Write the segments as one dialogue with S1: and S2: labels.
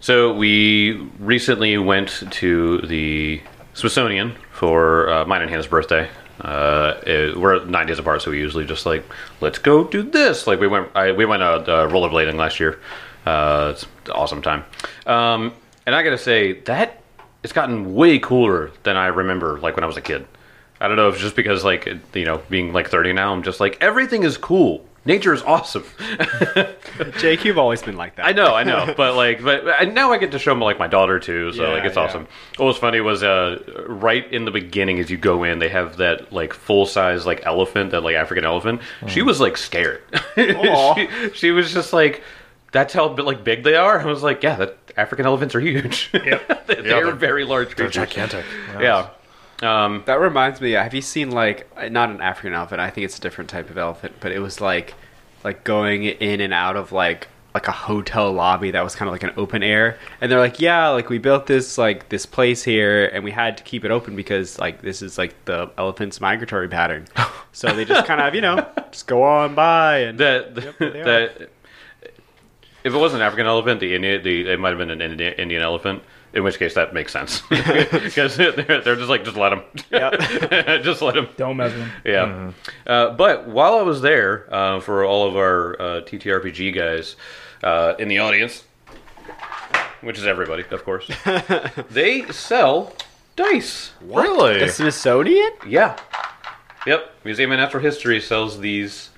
S1: So we recently went to the Smithsonian for uh, mine and Hannah's birthday. Uh, it- we're nine days apart, so we usually just like let's go do this. Like we went, I, we went uh, uh, rollerblading last year. Uh, it's an awesome time. Um, and I gotta say that it's gotten way cooler than I remember. Like when I was a kid. I don't know if it's just because like it- you know being like thirty now, I'm just like everything is cool. Nature is awesome.
S2: Jake, you've always been like that.
S1: I know, I know, but like, but and now I get to show them like my daughter too, so
S2: Yeah,
S1: like it's
S2: yeah.
S1: awesome. What was funny was uh, right in the beginning, as you go in, they have that like full size like elephant, that like African elephant. She was like scared.
S2: Aw.
S1: she, she was just like, "That's how bi- like big they are." I was like, "Yeah, that African elephants are huge. Yep. they're,
S3: they're-
S1: very large
S3: They're
S1: creatures.
S3: gigantic.
S1: Yeah,
S2: That reminds me. Have you seen like not an African elephant? I think it's a different type of elephant, but it was like like going in and out of like like a hotel lobby that was kind of like an open air and they're like yeah like we built this like this place here and we had to keep it open because like this is like the elephant's migratory pattern so they just kind of you know just go on by and
S1: that
S2: they are.
S1: that if it was an African elephant, the Indian, the it might have been an Indian, Indian elephant. In which case, that makes sense because they're, they're just like just let them, just let them.
S4: Don't mess with them.
S1: Yeah. Uh, but while I was there, uh, for all of our uh, TTRPG guys uh, in the audience, which is everybody, of course, they sell dice.
S3: Really?
S2: the smithsonian
S1: Yeah. Yep. Museum of Natural History sells these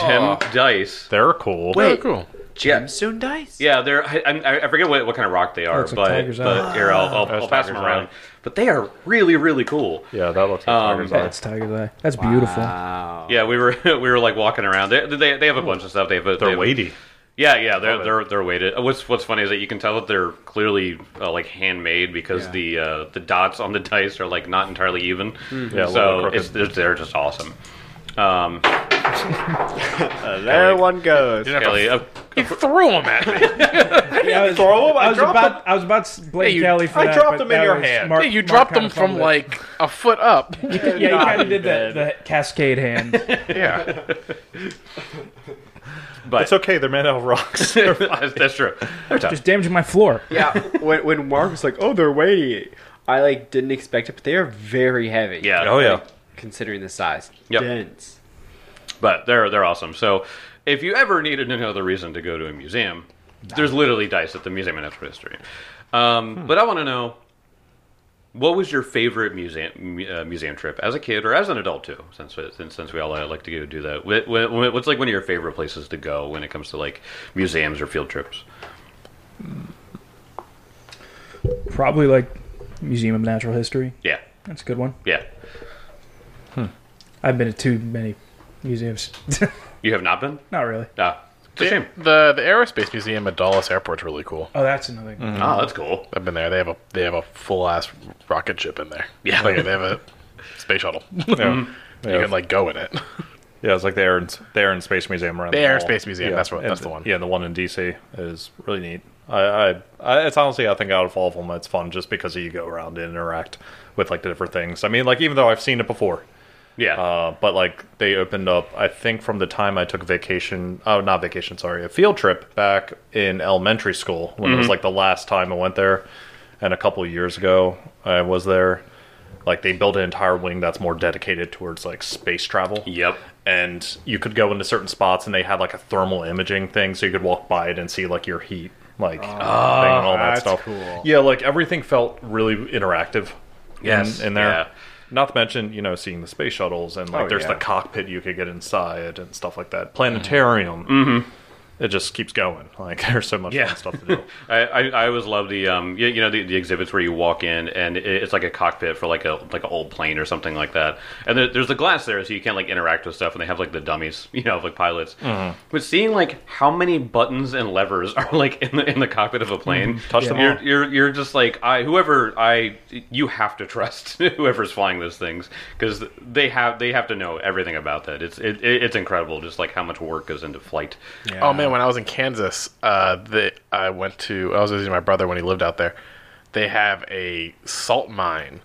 S1: gem
S3: Aw.
S1: dice.
S3: They're cool.
S2: Wait.
S3: They're cool.
S1: Yeah.
S2: gemstone dice
S1: Yeah, they're I, I, I forget what, what kind of rock they are,
S4: Looks like
S1: but,
S4: tiger's
S1: but
S4: eye.
S1: here I'll, I'll,
S3: Ah. That's
S1: I'll pass them
S3: tiger's eye.
S1: around. But they are really really cool.
S3: Yeah, that looks like
S1: Um,
S3: tiger's eye.
S4: That's Tiger's Eye. That's beautiful.
S2: wow
S1: Yeah, we were we were like walking around. They they, they have a bunch of stuff. They have a, they
S3: They're
S1: have-
S3: weighty.
S1: Yeah, yeah,
S3: Love
S1: they're
S3: it.
S1: they're they're weighted. Uh, What's what's funny is that you can tell that they're clearly uh, like handmade because
S2: Yeah.
S1: the uh, the dots on the dice are like not entirely even.
S3: Yeah, a little
S1: so
S3: crooked.
S1: it's, they're, they're just awesome.
S2: there one goes
S1: Kelly, uh,
S3: He threw them at me.
S4: Yeah, I was,
S3: throw 'em. I
S4: I was
S3: dropped
S4: about. I was about to blame
S3: Hey, you-
S4: Kelly for
S3: I
S4: that,
S3: dropped
S4: but
S3: them in
S4: that
S3: your
S4: was
S3: hand.
S4: Mark-
S3: Hey,
S5: you
S4: Mark
S5: dropped
S4: kinda
S5: them from
S4: fumbled it.
S5: like a foot up.
S4: Yeah, you kind
S2: you
S4: of did
S2: did.
S4: the, the cascade hand.
S3: yeah.
S1: but
S3: It's okay. They're made out of rocks.
S1: uh, that's, that's true. They're tough.
S4: Just damaging my floor.
S2: yeah, when when Mark was like, "Oh, they're weighty," I like didn't expect it, but they are very heavy.
S1: yeah.
S3: oh, yeah.
S2: considering the size,
S1: Yep.
S2: dense.
S1: but they're they're awesome. So if you ever needed another reason to go to a museum, there's literally dice at the Museum of Natural History. Um, But I want to know what was your favorite museum mu- uh, museum trip as a kid or as an adult too? Since we- since, since we all uh, like to go do that, Wh- wh- what's like one of your favorite places to go when it comes to like museums or field trips?
S4: Probably like Museum of Natural History.
S1: Yeah,
S4: That's a good one.
S1: yeah.
S4: I've been to too many museums.
S1: You have not been?
S4: Not really.
S1: Ah, it's a shame.
S5: The the aerospace.
S3: Space Museum at Dulles Airport's really cool.
S4: Oh, that's another.
S3: Mm-hmm.
S1: Ah, that's cool.
S3: I've been there. They have a they have a full ass rocket ship in there.
S1: Yeah.
S3: Like, they have a space shuttle. Yeah. You can like go in it.
S6: Yeah, it's like the Air and, the Air and Space Museum around
S3: The
S6: the
S3: Air and
S6: mall.
S3: Space Museum,
S6: Yeah,
S3: that's what-
S6: and
S3: that's the one.
S6: Yeah, and the one in DC is really neat. I, I, I, it's honestly, I think out of all of them, it's fun just because you go around and interact with like the different things. I mean, like even though I've seen it before,
S1: Yeah,
S6: uh, but like they opened up, I think from the time I took vacation, oh, not vacation, sorry, a field trip back in elementary school when it was like the last time I went there, and a couple years ago I was there. Like they built an entire wing that's more dedicated towards like space travel
S1: yep.
S6: and you could go into certain spots and they had like a thermal imaging thing so you could walk by it and see like your heat like thing and all that
S2: Ah, that's
S6: stuff
S2: cool.
S6: yeah like everything felt really interactive
S1: Yes,
S6: in, in there
S1: yeah.
S6: not to mention you know seeing the space shuttles and like
S2: Oh,
S6: there's
S2: yeah.
S6: the cockpit you could get inside and stuff like that planetarium
S2: Mm-hmm.
S6: it just keeps going like there's so much
S1: Yeah.
S6: fun stuff to do
S1: I, I, I always love the um you, you know the, the exhibits where you walk in and it, it's like a cockpit for like a like an old plane or something like that and there, there's the glass there so you can like interact with stuff and they have like the dummies you know of, like pilots
S6: Mm-hmm.
S1: but seeing like how many buttons and levers are like in the in the cockpit of a plane
S6: Mm-hmm. Touch them
S1: you're,
S6: all.
S1: you're you're just like I whoever I you have to trust whoever's flying those things because they have they have to know everything about that it's it, it's incredible just like how much work goes into flight
S5: Oh man, when I was in Kansas, uh, the, I went to I was visiting my brother when he lived out there. They have a salt mine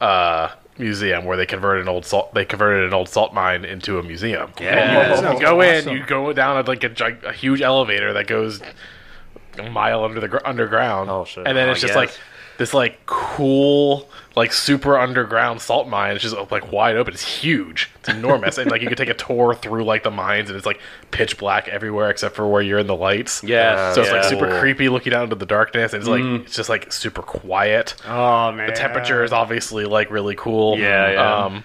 S5: uh, museum where they converted an old salt they converted an old salt mine into a museum.
S1: Yeah.
S5: you go in, you go down a, like a, gi- a huge elevator that goes a mile under the gr- underground.
S6: Oh, shit.
S5: And then
S1: Oh,
S5: it's just
S1: yes.
S5: like this like cool like super underground salt mine. It's just uh, like wide open. It's huge. It's enormous. and like you could take a tour through like the mines, and it's like pitch black everywhere except for where you're in the lights.
S1: Yes.
S5: So it's like
S1: Yeah. Mm.
S5: super
S1: Cool.
S5: creepy looking out into the darkness. And it's like it's just like super quiet.
S2: Oh man,
S5: The temperature is obviously like really cool.
S1: Yeah, yeah.
S5: Um,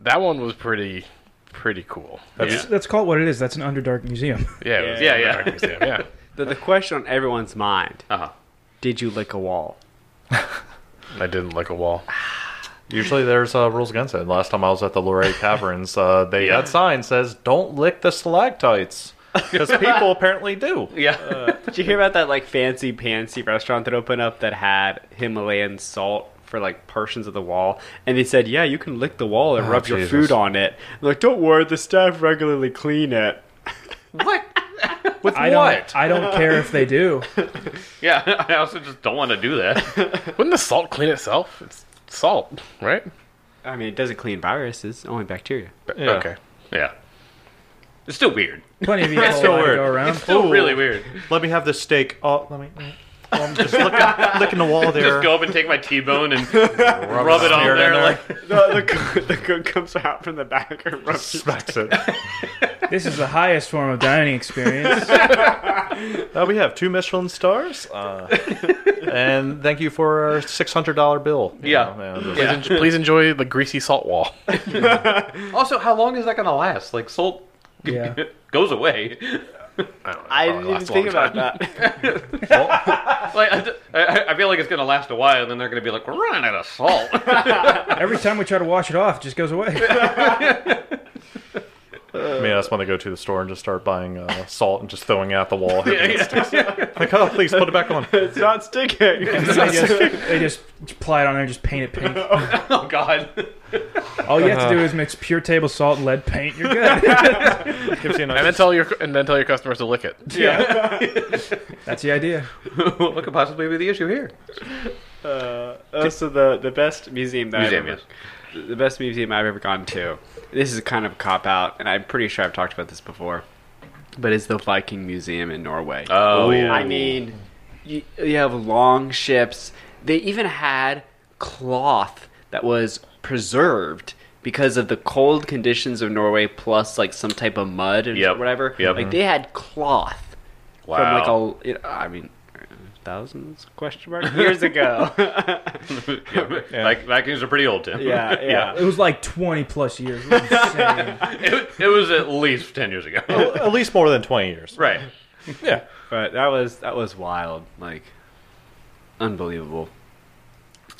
S5: that one was pretty pretty cool.
S4: That's, that's called what it is. That's an Underdark museum.
S5: Yeah, it was
S1: Yeah, yeah.
S5: Dark Museum, yeah.
S2: The, the question on everyone's mind:
S1: Uh-huh.
S2: Did you lick a wall?
S5: I didn't like a wall.
S6: Usually there's uh, rules against it. Last time I was at the Luray Caverns, uh, they had signs says "Don't lick the stalactites" because people apparently do.
S1: Yeah.
S2: Did you hear about that like fancy pantsy restaurant that opened up that had Himalayan salt for like portions of the wall? And they said, yeah, you can lick the wall and rub your
S6: Jesus.
S2: food on it. And like, don't worry, the staff regularly clean it.
S6: With
S4: I
S6: what?
S4: don't. I don't care if they do.
S1: yeah. I also just don't want to do that.
S5: Wouldn't the salt clean itself? It's salt, right?
S2: I mean, it doesn't clean viruses, only bacteria.
S6: Yeah.
S5: Okay.
S1: Yeah. It's still weird.
S4: Plenty of people
S6: still
S4: to
S6: weird.
S4: go around.
S1: It's still
S6: Ooh.
S1: really weird.
S6: Let me have this steak. Oh, let me. Oh, I'm just licking, licking the wall there.
S1: Just go up and take my T-bone and rub it on
S6: Smear it in
S1: there.
S6: there.
S1: Like,
S2: the, cook, the cook comes out from the back and rubs your-
S6: Smacks it.
S4: This is the highest form of dining experience.
S6: Uh, we have two Michelin stars, uh, and thank you for our six hundred dollar bill. You
S1: Yeah.
S6: know, yeah, just-
S1: Yeah.
S5: Please, en- please enjoy the greasy salt wall.
S1: also, how long is that going to last? Like, salt
S4: Yeah.
S1: goes away.
S5: I, don't know,
S2: I
S5: probably
S2: didn't even
S5: lasts a
S2: think
S5: long
S2: about
S5: time.
S2: that.
S1: Like, I, I- I feel like it's going to last a while, and then they're going to be like, we're running out of salt.
S4: Every time we try to wash it off, it just goes away.
S6: I mean, that's when they go to the store and just start buying uh, salt and just throwing it at the wall. Like, oh, please put it back on.
S2: It's not sticking.
S4: They just, they just apply it on there and just paint it pink.
S1: oh, God.
S4: All you have to do is mix pure table salt and lead paint. You're good.
S6: Gives you a nice-
S5: And then tell your and then tell your customers to lick it.
S1: Yeah.
S4: That's the idea.
S1: what could possibly be the issue here?
S2: Uh, uh, so the, the best museum that
S1: Museum,
S2: I've ever, the best museum I've ever gone to. This is kind of a cop out, and I'm pretty sure I've talked about this before, but it's the Viking Museum in Norway.
S1: Oh, yeah.
S2: I mean, you, you have long ships. They even had cloth that was preserved because of the cold conditions of Norway, plus like some type of mud and
S1: Yep.
S2: whatever.
S1: Yep.
S2: Like they had cloth
S1: Wow.
S2: from like a, it- I mean, thousands question mark years ago.
S1: Yeah, Like, vacuums are pretty old, Tim.
S2: yeah, yeah.
S4: It was like 20 plus years. It was insane.
S1: It, it was at least 10 years ago.
S6: at least more than twenty years.
S1: Right.
S6: Yeah.
S2: But that was that was wild, like unbelievable.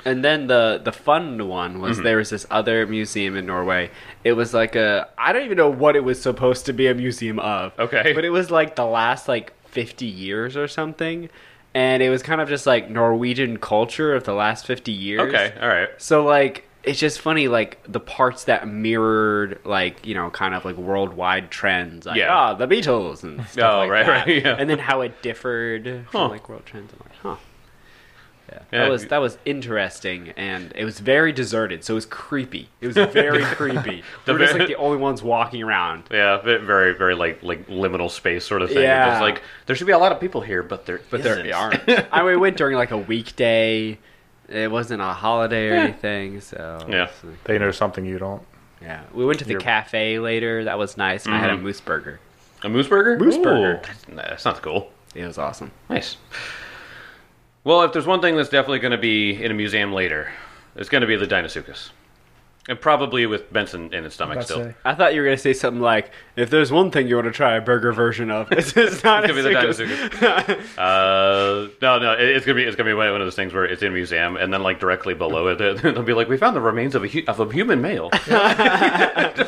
S2: And then the the fun one
S1: Mm-hmm.
S2: was there was this other museum in Norway. It was like a I don't even know what it was supposed to be a museum of.
S1: Okay.
S2: But it was like the last like 50 years or something. And it was kind of just like Norwegian culture of the last 50 years.
S1: Okay, all right.
S2: So like it's just funny like the parts that mirrored like you know kind of like worldwide trends like
S1: Yeah.
S2: ah the Beatles and stuff
S1: Oh,
S2: like
S1: right,
S2: that.
S1: right, yeah.
S2: and then how it differed
S1: Huh.
S2: from like world trends I'm like huh yeah,
S1: Yeah.
S2: that was that was interesting and it was very deserted so it was creepy it was very creepy
S1: The
S2: we were just
S1: very-
S2: like the only ones walking around
S1: Yeah, ve- very, very like like liminal space sort of thing.
S2: Yeah.
S1: It's just like there should be a lot of people here, but there
S2: but there aren't I mean, we went during like a weekday it wasn't a holiday or anything so
S1: Yeah.
S2: it's like-
S6: They know something you don't.
S2: yeah we went to the cafe later that was nice and I had a moose burger
S1: A moose burger?
S2: Moose burger.
S1: That's, nah, that sounds cool.
S2: It was awesome.
S1: Nice. Well, if there's one thing that's definitely going to be in a museum later, it's going to be the Dinosuchus. And probably with Benson in its stomach
S4: That's
S1: still.
S4: a-
S2: I thought you were gonna say something like, "If there's one thing you want to try a burger version of, it's, it's not
S1: It's
S2: a
S1: gonna be the
S2: succo."
S1: Dinosuchus. uh, no, no, it- it's gonna be it's gonna be one one of those things where it's in a museum, and then like directly below it, they'll be like, "We found the remains of a hu- of a human male."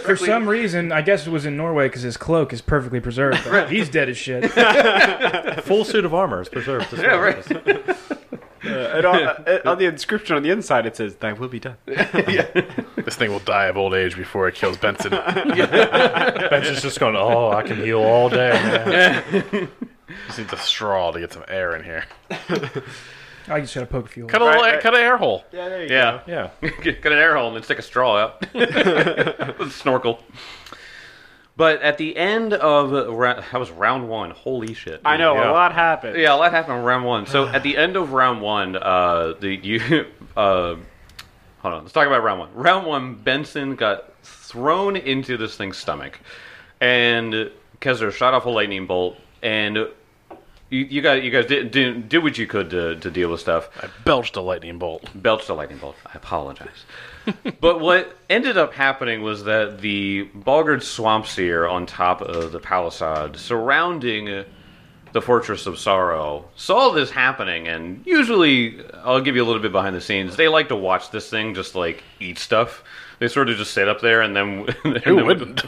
S4: For some reason, I guess it was in Norway because his cloak is perfectly preserved. but He's dead as shit.
S6: Full suit of armor is preserved.
S1: yeah, right.
S2: And on, uh, on the inscription on the inside, it says, "Thy will be done."
S5: This thing will die of old age before it kills Benson.
S6: Ben's just going, oh, I can heal all day. man."
S5: Just needs a straw to get some air in here.
S4: I just got to poke fuel.
S5: Cut a
S2: Right,
S5: little,
S2: right.
S5: cut an air hole.
S2: Yeah, there you
S1: Yeah.
S6: Yeah.
S1: Get an air hole and then stick a straw out. Snorkel. But at the end of uh, ra- that was round one. Holy shit!
S7: I know
S6: Yeah.
S7: a lot happened.
S1: Yeah, a lot happened in round one. So at the end of round one, uh, the you, uh, hold on. Let's talk about round one. Round one, Benson got thrown into this thing's stomach, and Kessler shot off a lightning bolt, and you, you guys, you guys did, did did what you could to to deal with stuff.
S5: I belched a lightning bolt.
S1: belched a lightning bolt. I apologize. but what ended up happening was that the Bogard Swamp Seer on top of the palisade surrounding the Fortress of Sorrow saw this happening, and usually, I'll give you a little bit behind the scenes, they like to watch this thing just like eat stuff. They sort of just sit up there and then. And then
S5: Who wouldn't?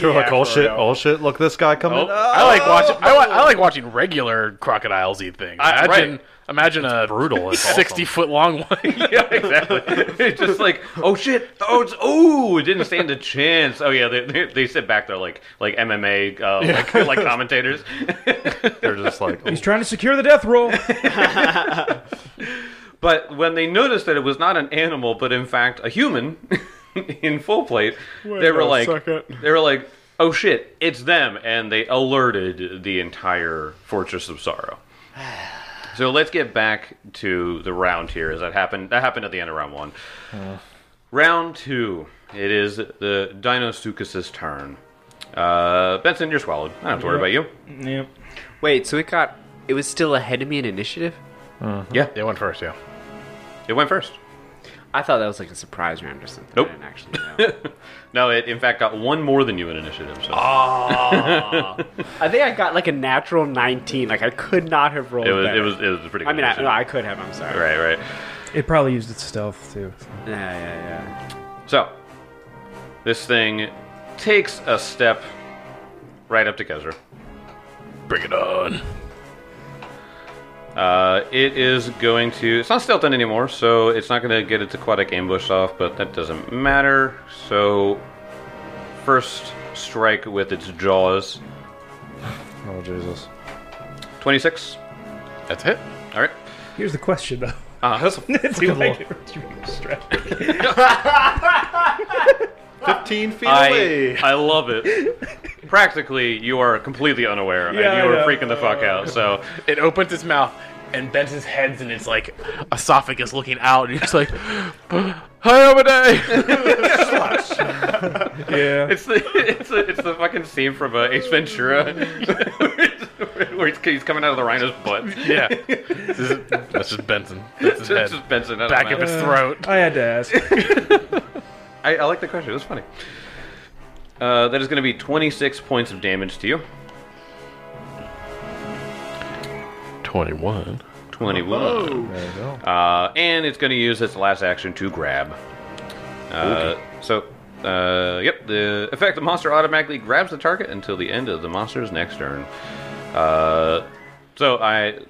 S6: You're like, oh shit, oh shit, look this guy coming.
S1: Oh.
S6: up.
S5: I like watching. I, wa- I like watching regular crocodiles eat things.
S1: I-
S5: Imagine,
S1: right.
S5: imagine a
S6: brutal. It's awesome.
S5: sixty foot long one.
S1: yeah, exactly. It's just like, oh shit, oh it's oh, it didn't stand a chance. Oh yeah, they, they, they sit back there like like MMA uh, like, like commentators.
S6: They're just like,
S4: He's trying to secure the death roll.
S1: But when they noticed that it was not an animal, but in fact a human in full plate, they were
S5: a
S1: like,
S5: second.
S1: they were like, oh shit, it's them, and they alerted the entire Fortress of Sorrow. So let's get back to the round here, as that happened. That happened at the end of round one.
S7: Uh.
S1: Round two. It is the Dinosuchus's turn. Uh, Benson, you're swallowed. I don't have to worry about you.
S4: yeah.
S2: Wait, so it got it was still ahead of me in initiative?
S5: They went first, yeah.
S1: It went first.
S2: I thought that was like a surprise round or something.
S1: Nope.
S2: I didn't actually know.
S1: No, it in fact got one more than you in initiative. So.
S7: Oh, I think I got like a natural 19. Like I could not have rolled
S1: It was,
S7: better.
S1: it was it was pretty. Good
S7: I mean, I,
S1: initiative.
S7: no, I could have. I'm sorry.
S1: Right, right.
S4: It probably used its stealth too.
S2: Yeah, yeah,
S1: So, this thing takes a step right up to Kezra.
S5: Bring it on.
S1: Uh, it is going to. It's not stealthed in anymore, so it's not going to get its aquatic ambush off, but that doesn't matter. So, first strike with its jaws.
S6: oh Jesus.
S1: 26.
S5: That's it.
S1: All right.
S4: Here's the question though.
S1: Uh, that's
S4: Do I get retrieve the strap?
S6: 15 feet
S1: I,
S6: away.
S1: I love it. Practically, you are completely unaware,
S4: Yeah,
S1: and you
S4: I
S1: were
S4: know.
S1: freaking the fuck out. So,
S5: It opens its mouth and bends its head, and it's like esophagus looking out, and you're just like, "Hi, Obadiah."
S4: Yeah.
S1: It's the it's the, it's the fucking scene from uh, Ace Ventura where, it's- where it's- he's coming out of the rhino's butt.
S5: yeah, This is- that's just Benson. Uh, That's his
S1: It's
S5: head.
S1: just Benson out
S5: Back
S1: of
S5: of
S1: my-
S5: his throat.
S4: I had to ask.
S1: I, I like the question. It was funny. Uh, that is going to be 26 points of damage to you.
S5: Twenty-one.
S1: 21. Uh, and it's going to use its last action to grab. Uh, So, uh, yep, the effect the monster automatically grabs the target until the end of the monster's next turn. Uh, so I,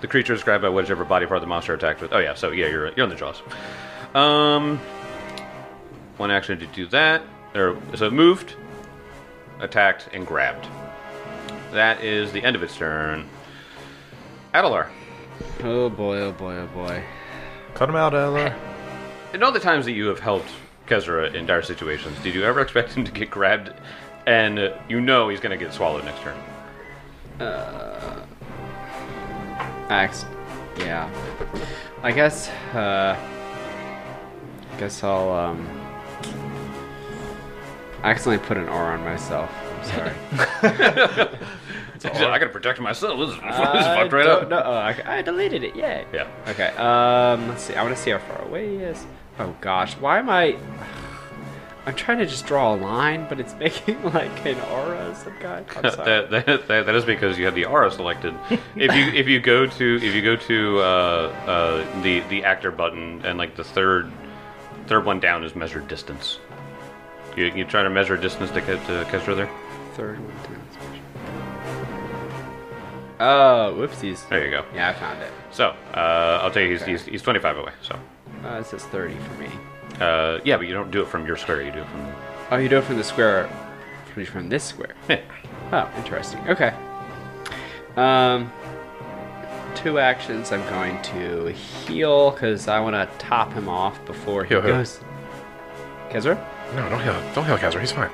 S1: the creature is grabbed by whichever body part the monster attacked with. Oh yeah, so yeah, you're you're on the jaws. Um, one action to do that, or so it moved, attacked, and grabbed. That is the end of its turn. Adelar.
S2: yeah. Oh boy, oh boy, oh boy.
S6: Cut him out, Eller.
S1: In all the times that you have helped Kezra in dire situations, did you ever expect him to get grabbed and uh, you know he's going to get swallowed next turn?
S2: Ax yeah. I guess uh I guess I'll um I accidentally put an R on myself. I'm sorry.
S1: I got to protect myself. This is, this is
S2: I
S1: fucked right
S2: don't
S1: up.
S2: know- oh, I, I deleted it. Yay.
S1: Yeah.
S2: Okay. Um. Let's see. I want to see how far away he is. Oh gosh. Why am I? I'm trying to just draw a line, but it's making like an aura of some kind. I'm sorry.
S1: That, that, that, that is because you had the aura selected. If you if you go to if you go to uh, uh, the the actor button and like the third third one down is measure distance. You you trying to measure distance to get to Kestra there?
S2: Third one down. special. Oh, whoopsies.
S1: There you go.
S2: Yeah, I found it.
S1: So uh, I'll tell you he's, he's he's 25 away. So
S2: Uh, it says 30 for me.
S1: uh, yeah, but you don't do it from your square. You do it from the
S2: Oh, you do it from the square, from- from this square.
S1: Yeah.
S2: Oh, interesting. Okay. Um, two actions. I'm going to heal because I want to top him off before he
S5: Heal who?
S2: goes. Kezra?
S5: No, don't heal. Don't heal Kazra. He's fine.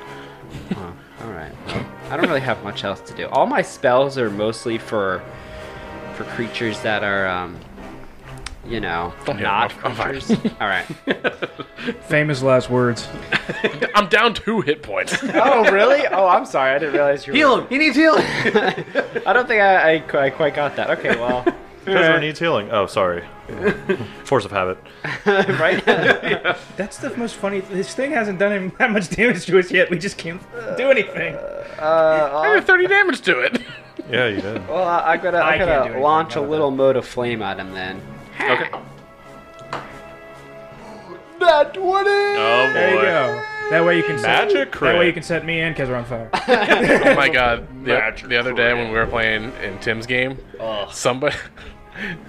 S2: Oh, All right. Well, I don't really have much else to do. All my spells are mostly for for creatures that are, um, you know, not
S5: I'm- I'm fine.
S2: creatures. All right.
S4: Famous last words.
S5: I'm down two hit points.
S2: Oh really? Oh, I'm sorry. I didn't realize you. Were...
S1: him. He needs healing.
S2: I don't think I, I, qu- I quite got that. Okay, well,
S6: Kezar needs healing. Oh, sorry. Force of habit.
S2: right.
S4: That's the most funny. This thing hasn't done him that much damage to us yet. We just can't do anything.
S5: I did 30 damage to it.
S6: Yeah, you did.
S2: Well, I, I gotta, I
S4: I can't do
S2: gotta
S4: anything
S2: launch a
S4: about
S2: little mode of flame at him then.
S5: Okay.
S6: Oh
S4: There you go. That way you can set,
S6: Magic
S4: That
S6: crit.
S4: way you can set me and Kezar on fire.
S5: Oh my god. The, the other day when we were playing in Tim's game, somebody.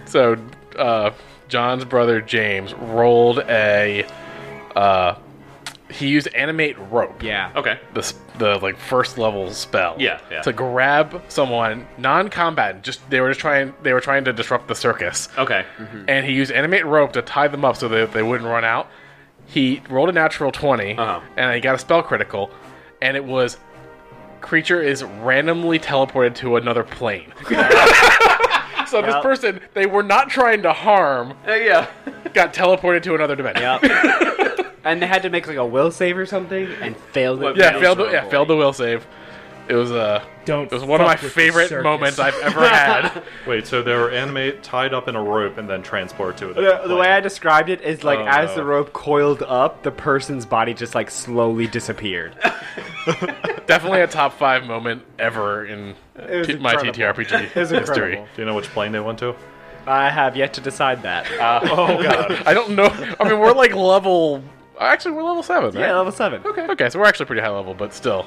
S5: So, uh, John's brother James rolled a. Uh, he used animate rope.
S2: Yeah.
S1: Okay.
S5: the s- the like first level spell.
S1: Yeah, yeah.
S5: To grab someone non-combat, just they were just trying they were trying to disrupt the circus, Mm-hmm.
S1: Okay.
S5: and he used animate rope to tie them up so that they wouldn't run out. He rolled a natural 20
S1: Uh-huh.
S5: and he got a spell critical, and it was creature is randomly teleported to another plane. so this person they were not trying to harm
S1: Uh, yeah.
S5: got teleported to another dimension.
S2: And they had to make like a will save or something and failed it.
S5: Yeah, failed the, yeah, failed the will save. It was uh,
S4: Don't.
S5: it was one of my
S4: fuck with the
S5: favorite
S4: circus.
S5: moments I've ever had.
S6: Wait, so they were animate tied up in a rope and then transported to it.
S7: The, the way I described it is like
S6: Oh,
S7: as
S6: no.
S7: the rope coiled up, the person's body just like slowly disappeared.
S5: Definitely a top five moment ever in
S7: was
S5: t- my
S7: incredible.
S5: TTRPG
S7: It was
S5: history.
S7: incredible.
S6: Do you know which plane they went to?
S7: I have yet to decide that.
S6: Oh god.
S5: I don't know. I mean, we're like level. Actually, we're level seven, right?
S7: yeah, level seven.
S5: Okay. Okay, so we're actually pretty high level, but still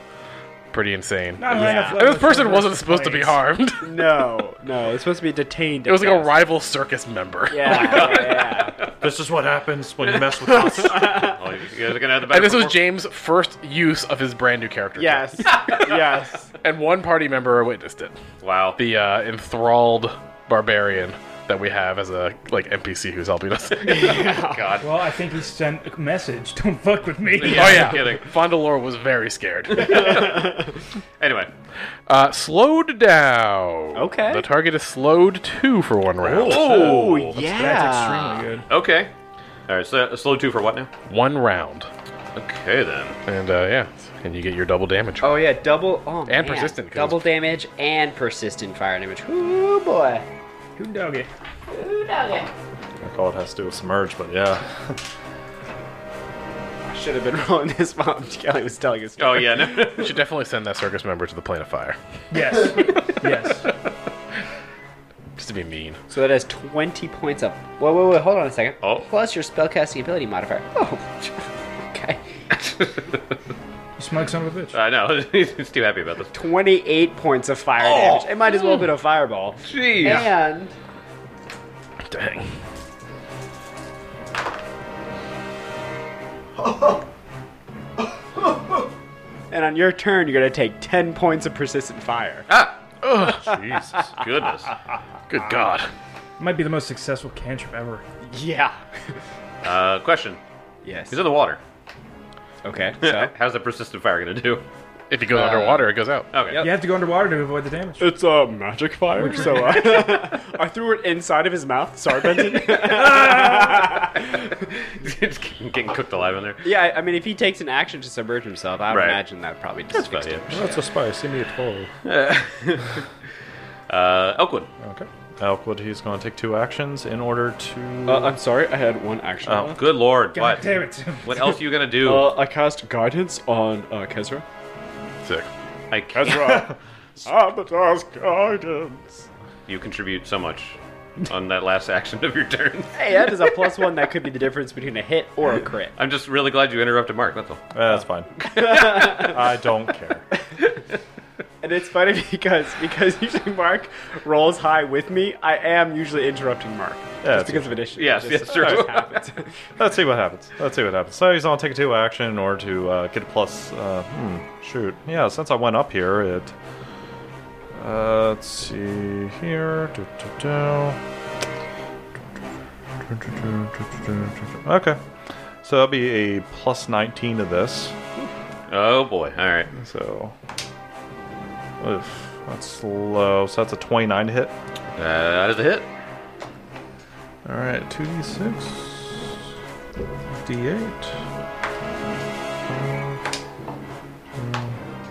S5: pretty insane.
S4: Not
S5: And
S4: enough
S5: this
S4: levels
S5: person
S4: for
S5: wasn't
S4: those
S5: supposed to be
S4: planes.
S5: harmed.
S7: No, no, it's supposed to be detained.
S5: It was like a rival circus member.
S7: Yeah, yeah.
S6: this is what happens when you mess with us.
S1: Oh, you guys are gonna have the
S5: And this was
S1: perform-
S5: James' first use of his brand new character.
S7: Yes, yes.
S5: kit. And one party member witnessed it.
S1: Wow.
S5: The uh, enthralled barbarian that we have as a like NPC who's helping us. God.
S4: Well, I think he sent a message. Don't fuck with me.
S1: Yeah,
S5: oh
S1: no
S5: yeah,
S1: kidding.
S5: Fondalore was very scared.
S1: Anyway.
S5: uh, slowed down.
S7: Okay.
S5: The target is slowed two for one round.
S1: Oh.
S7: yeah.
S5: Ah.
S4: good.
S1: Okay. All right. So slow two for what now?
S5: One round.
S1: Okay then.
S5: And uh, yeah, and you get your double damage.
S2: Oh yeah, double. Oh man.
S5: persistent, 'cause-
S2: Double damage and persistent fire damage. Ooh boy.
S4: Who dug it?
S6: I call it has to do with submerge, but yeah.
S7: Should have been rolling this while Kelly was telling us.
S1: Oh yeah. No.
S5: You should definitely send that circus member to the plane of fire,
S4: Yes. yes.
S5: just to be mean.
S2: So that has 20 points up. Whoa, whoa, wait, hold on a second.
S1: Oh.
S2: Plus your spellcasting ability modifier. Oh, okay.
S4: You smug son of a bitch.
S1: I know. He's too happy about this.
S7: 28 points of fire damage. It might as well have been a fireball.
S1: Jeez.
S2: And
S5: Dang.
S7: And on your turn, you're going to take 10 points of persistent fire.
S6: Jesus.
S1: Goodness.
S5: Good God.
S4: Might be the most successful cantrip ever.
S7: Yeah.
S1: Uh, question.
S7: Yes.
S1: He's in the water.
S7: Okay. So
S1: How's the persistent fire gonna do?
S5: If he goes underwater, it goes out.
S1: Okay.
S4: You have to go underwater to avoid the damage.
S7: it's a magic fire. So uh, I threw it inside of his mouth. Sorry, Benson.
S1: it's getting getting cooked alive in there.
S2: yeah, I- I mean, if he takes an action to submerge himself, I would
S1: Right.
S2: imagine that probably
S1: That's about
S2: just.
S1: it.
S6: That's a spice. Give me a 12.
S1: Uh, Elkwood.
S6: Okay. Elkwood, he's going to take two actions in order to.
S7: Uh, I'm sorry, I had one action.
S6: Oh.
S1: Good lord.
S4: God
S1: what?
S4: damn it.
S1: What else are you gonna do?
S7: Uh, I cast guidance on uh, Kezra.
S5: Sick.
S1: I can't.
S7: right. Sabotage guidance.
S1: You contribute so much on that last action of your turn.
S7: Hey, that is a plus one. That could be the difference between a hit or a crit.
S1: I'm just really glad you interrupted Mark. That's all.
S6: Uh, that's fine. I don't care.
S7: And it's funny because because usually Mark rolls high with me. I am usually interrupting Mark
S6: that's
S7: just because of initiative.
S1: Yes,
S7: It
S1: yes,
S7: just,
S1: true.
S7: it just happens.
S6: Let's see what happens. Let's see what happens. So he's gonna take a two action in order to uh, get a plus. Uh, hmm, shoot. Yeah, since I went up here, it. Uh, let's see here. Do, do, do. Do, do, do, do, do, do, do. Okay. So that'll be a plus 19 to this.
S1: Oh boy. All right.
S6: So Oof, that's low. So that's a 29 to hit.
S1: Uh, that is a hit.
S6: All right, 2d6, d8.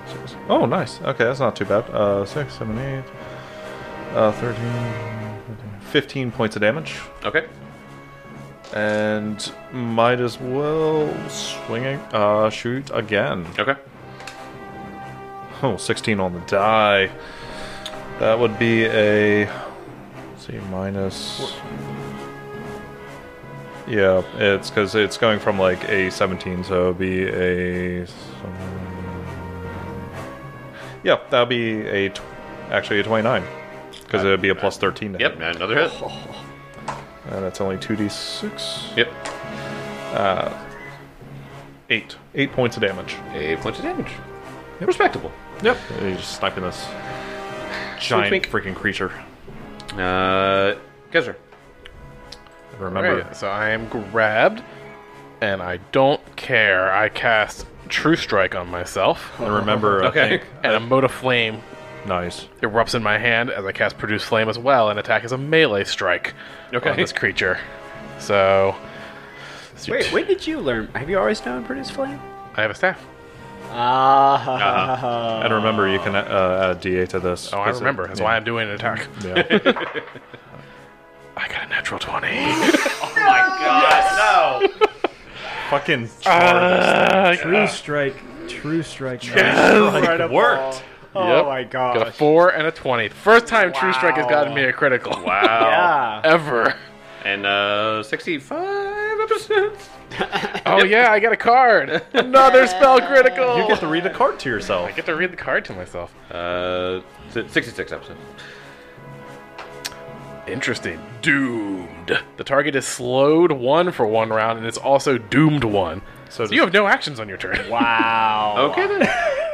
S6: Six. Oh, nice. Okay, that's not too bad. Uh, 6, 7, 8, uh, 13, 15, 15 points of damage.
S1: Okay.
S6: And might as well swing, a- uh, shoot again.
S1: Okay.
S6: Oh, 16 on the die. That would be a. Let's see, minus. Yeah, it's because it's going from like a 17, so it'd be a. Yeah, that'd be a. Tw- actually, a 29. Because it would be a plus 13. to hit.
S1: Yep. Another hit.
S6: And that's only 2d6.
S1: Yep.
S6: 8. 8 points of damage.
S1: Eight points of damage. Respectable.
S6: Yep. You're just sniping this giant
S1: Twink,
S6: freaking creature.
S1: Uh, Gezer.
S6: Remember.
S5: Alright, so I am grabbed, and I don't care. I cast True Strike on myself,
S6: And remember, I
S1: Okay.
S6: think.
S5: and a mode of flame
S6: Nice.
S5: erupts in my hand as I cast Produce Flame as well, and attack is a melee strike
S1: Okay.
S5: on this creature. So, so
S2: Wait, when did you learn? Have you always known Produce Flame?
S5: I have a staff.
S2: Ah.
S6: and remember, you can uh, add a D8 to this.
S5: Oh, I remember. That's why I'm doing an attack.
S6: Yeah.
S5: I got a natural 20.
S6: Fucking charred.
S4: True strike. True strike.
S6: like, worked.
S2: Oh
S5: Yep.
S2: my
S5: Got a
S2: gosh.
S5: 4 and a 20. First time True Strike has gotten me a critical.
S2: Yeah.
S5: Wow. Ever.
S1: And uh, sixty-five episodes.
S5: Oh, yeah, I got a card. Another spell critical.
S6: You get to read a card to yourself.
S5: I get to read the card to myself.
S1: Uh, si- sixty-six episodes.
S5: Interesting. Doomed. The target is slowed one for one round, and it's also doomed one. So,
S6: does-
S5: you have no actions on your turn.
S2: Wow.
S1: Okay then.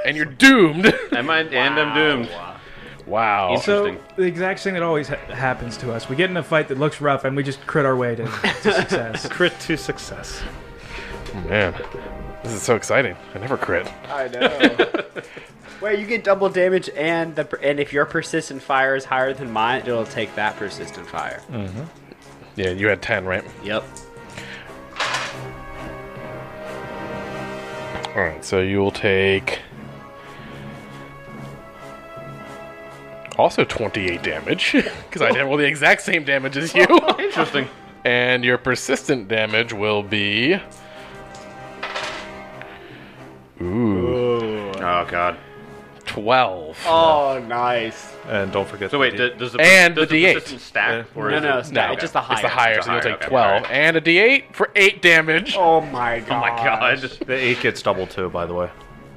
S5: And you're doomed.
S1: Am I? And I'm doomed.
S5: wow.
S4: So
S1: Interesting.
S4: the exact thing that always ha- happens to us: we get in a fight that looks rough, and we just crit our way to, to success.
S6: Crit to success.
S5: Man, this is so exciting. I never crit.
S2: I know. Wait, you get double damage, and the and if your persistent fire is higher than mine, it'll take that persistent fire.
S5: Yeah, you had 10, right?
S2: Yep.
S5: All right, so you will take also 28 damage because I did well the exact same damage as you.
S1: Interesting.
S5: and your persistent damage will be ooh
S1: Oh God.
S5: 12.
S2: Oh, nice.
S6: And don't forget.
S1: So wait,
S6: the
S1: d- does the
S5: And
S1: does
S5: the D8.
S1: persistent stack? Or
S2: No,
S1: is
S2: no,
S1: it-
S2: it's not.
S1: okay.
S2: It's just the higher.
S5: It's the higher,
S1: It's
S5: so
S1: the
S5: you'll
S1: higher,
S5: take
S1: okay,
S5: 12
S1: alright.
S5: and a d8 for 8 damage.
S2: Oh my god.
S1: Oh my God.
S6: the 8 gets double too, by the way.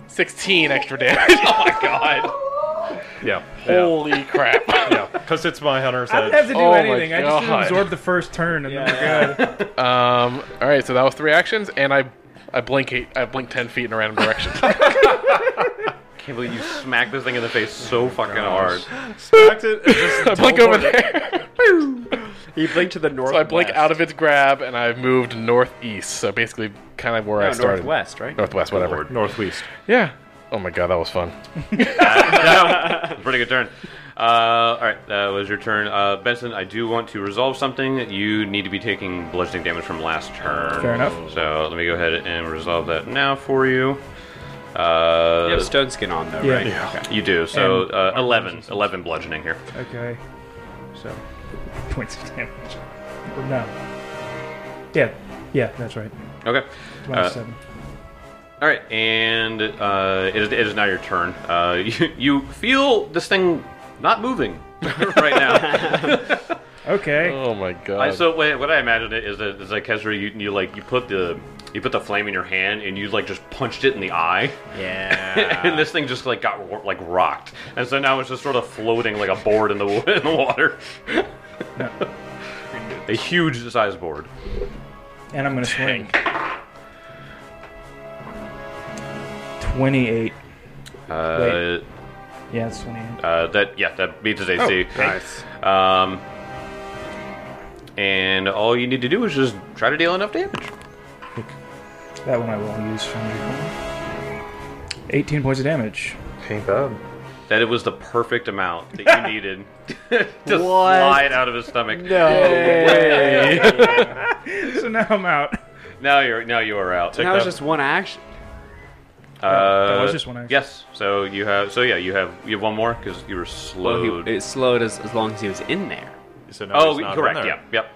S5: 16 extra damage. oh my god.
S6: Yeah.
S5: Holy crap.
S6: Yeah. Because it's my hunter's
S4: I don't have
S6: edge.
S4: to do
S5: Oh my
S4: anything. I just
S5: God.
S4: absorb the first turn, and then we're good.
S5: Um all right, so that was 3 actions and I I blink eight, I blink 10 feet in a random direction.
S1: I can't believe you smacked this thing in the face so fucking hard.
S6: Smacked it. and just
S5: I blink over there.
S2: He blinked to the north.
S5: So I blink out of its grab, and I've moved northeast. So basically, kind of where I started.
S2: northwest, right?
S5: Northwest, whatever.
S6: Northwest.
S5: Yeah. Oh my god, that was fun.
S1: That's a pretty good turn. Uh, all right, that was your turn, uh, Benson. I do want to resolve something. You need to be taking bludgeoning damage from last turn.
S4: Fair enough.
S1: So let me go ahead and resolve that now for you. Uh,
S2: You have stone skin on though,
S4: Yeah.
S2: right?
S4: Yeah.
S2: Okay.
S1: you do. So uh, 11, 11 bludgeoning here.
S4: Okay. So, points of damage. Or no. Yeah. Yeah, that's right.
S1: Okay. Uh,
S4: Twenty-seven.
S1: All right, and uh, it, is, it is now your turn. Uh, you, you feel this thing not moving right now.
S4: okay.
S5: Oh my
S1: I,
S5: god.
S1: so wait, what I imagine it is that it's like Kesra, you, you like you put the you put the flame in your hand and you like just punched it in the eye,
S2: Yeah.
S1: and this thing just like got ro- like rocked, and so now it's just sort of floating like a board in the w- in the water. a huge size board.
S4: And I'm gonna swing. Twenty-eight.
S1: Uh,
S4: Yeah, it's twenty-eight.
S1: uh, that yeah, that beats his AC.
S5: nice.
S1: Um, and all you need to do is just try to deal enough damage.
S4: That one I will use from before. Eighteen points of damage.
S6: Ain't bad.
S1: that it was the perfect amount that you needed to slide out of his stomach.
S4: so now I'm out.
S1: Now you're now you are out.
S2: That was just one action.
S1: Uh,
S4: That was just one action.
S1: Yes. So you have. So yeah, you have. You have one more because you were slowed.
S2: It slowed as, as long as he was in there.
S6: So now
S1: oh,
S6: he's not in
S1: correct.
S6: there.
S1: Yep. Yep.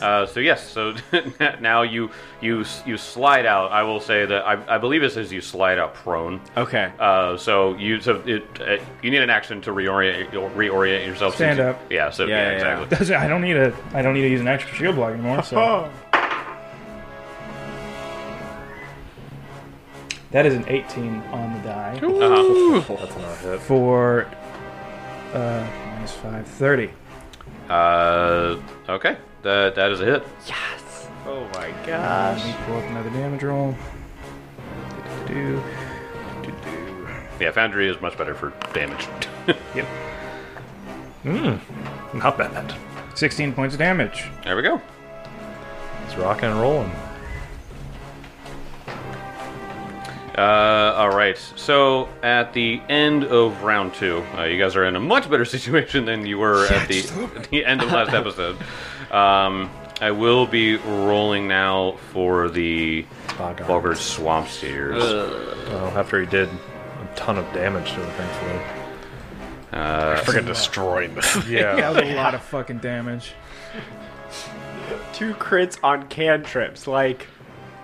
S1: Uh, so yes. So now you you you slide out. I will say that I, I believe it says you slide out prone.
S2: Okay.
S1: Uh, so you so it, uh you need an action to reorient reorient yourself.
S4: Stand
S1: since-
S4: up.
S1: Yeah. So
S2: Yeah,
S1: yeah,
S2: yeah,
S1: exactly.
S4: Does it- I don't need a. I don't need to use an extra shield block anymore. So. that is an 18 on the die Uh-huh. for uh, minus five, 30.
S1: Uh, okay. That that is a hit.
S7: Oh my
S4: Let me
S7: gosh.
S4: pull up another damage roll. Do-do-do.
S1: Yeah. Foundry is much better for damage.
S4: Yep,
S6: Not bad.
S4: 16 points of damage.
S1: there we go.
S6: He's rocking and rolling.
S1: Uh, all right. So at the end of round two, uh, you guys are in a much better situation than you were at the at the end of last episode. Um, I will be rolling now for the
S6: Boggart.
S1: Boggart Swamp Steers.
S6: Oh, after he did a ton of damage to it, thankfully.
S1: Uh,
S5: Freaking destroying this.
S4: That was a lot of fucking damage.
S7: Two crits on cantrips. Like,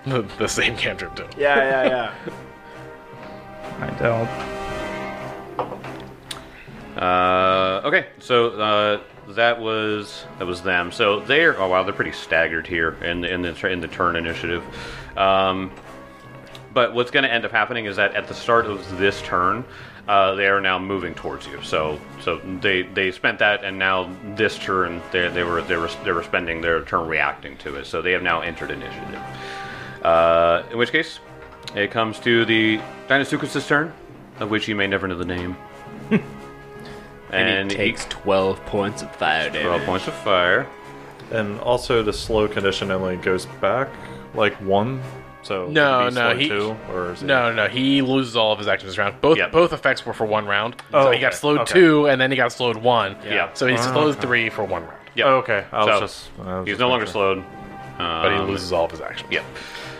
S5: the, the same cantrip too.
S7: yeah, yeah, yeah.
S4: I don't.
S1: Uh, okay, so uh, that was that was them. So they're oh wow, they're pretty staggered here in the in the, in the turn initiative. Um, but what's going to end up happening is that at the start of this turn, uh, they are now moving towards you. So so they they spent that, and now this turn they, they were they were they were spending their turn reacting to it. So they have now entered initiative. Uh, in which case, it comes to the Dinosuchus' turn, of which you may never know the name.
S2: And, he takes 12 points of fire damage.
S1: 12 points of fire.
S6: And also, the slow condition only goes back like one. So
S5: No,
S6: it'd be
S5: no,
S6: slow
S5: he-
S6: two, or is it-
S5: No, no, he loses all of his actions this round. Both
S1: Yep.
S5: both effects were for one round.
S6: Oh,
S5: so he got
S6: okay,
S5: slowed
S6: okay.
S5: two, and then he got slowed one.
S1: Yeah.
S5: So he's slowed three for one round.
S1: Yep.
S6: Oh, okay, I was
S1: So,
S6: just I was
S1: He's
S6: just
S1: no longer
S6: making
S1: slowed. Um,
S5: But he loses all of his actions.
S1: Yep.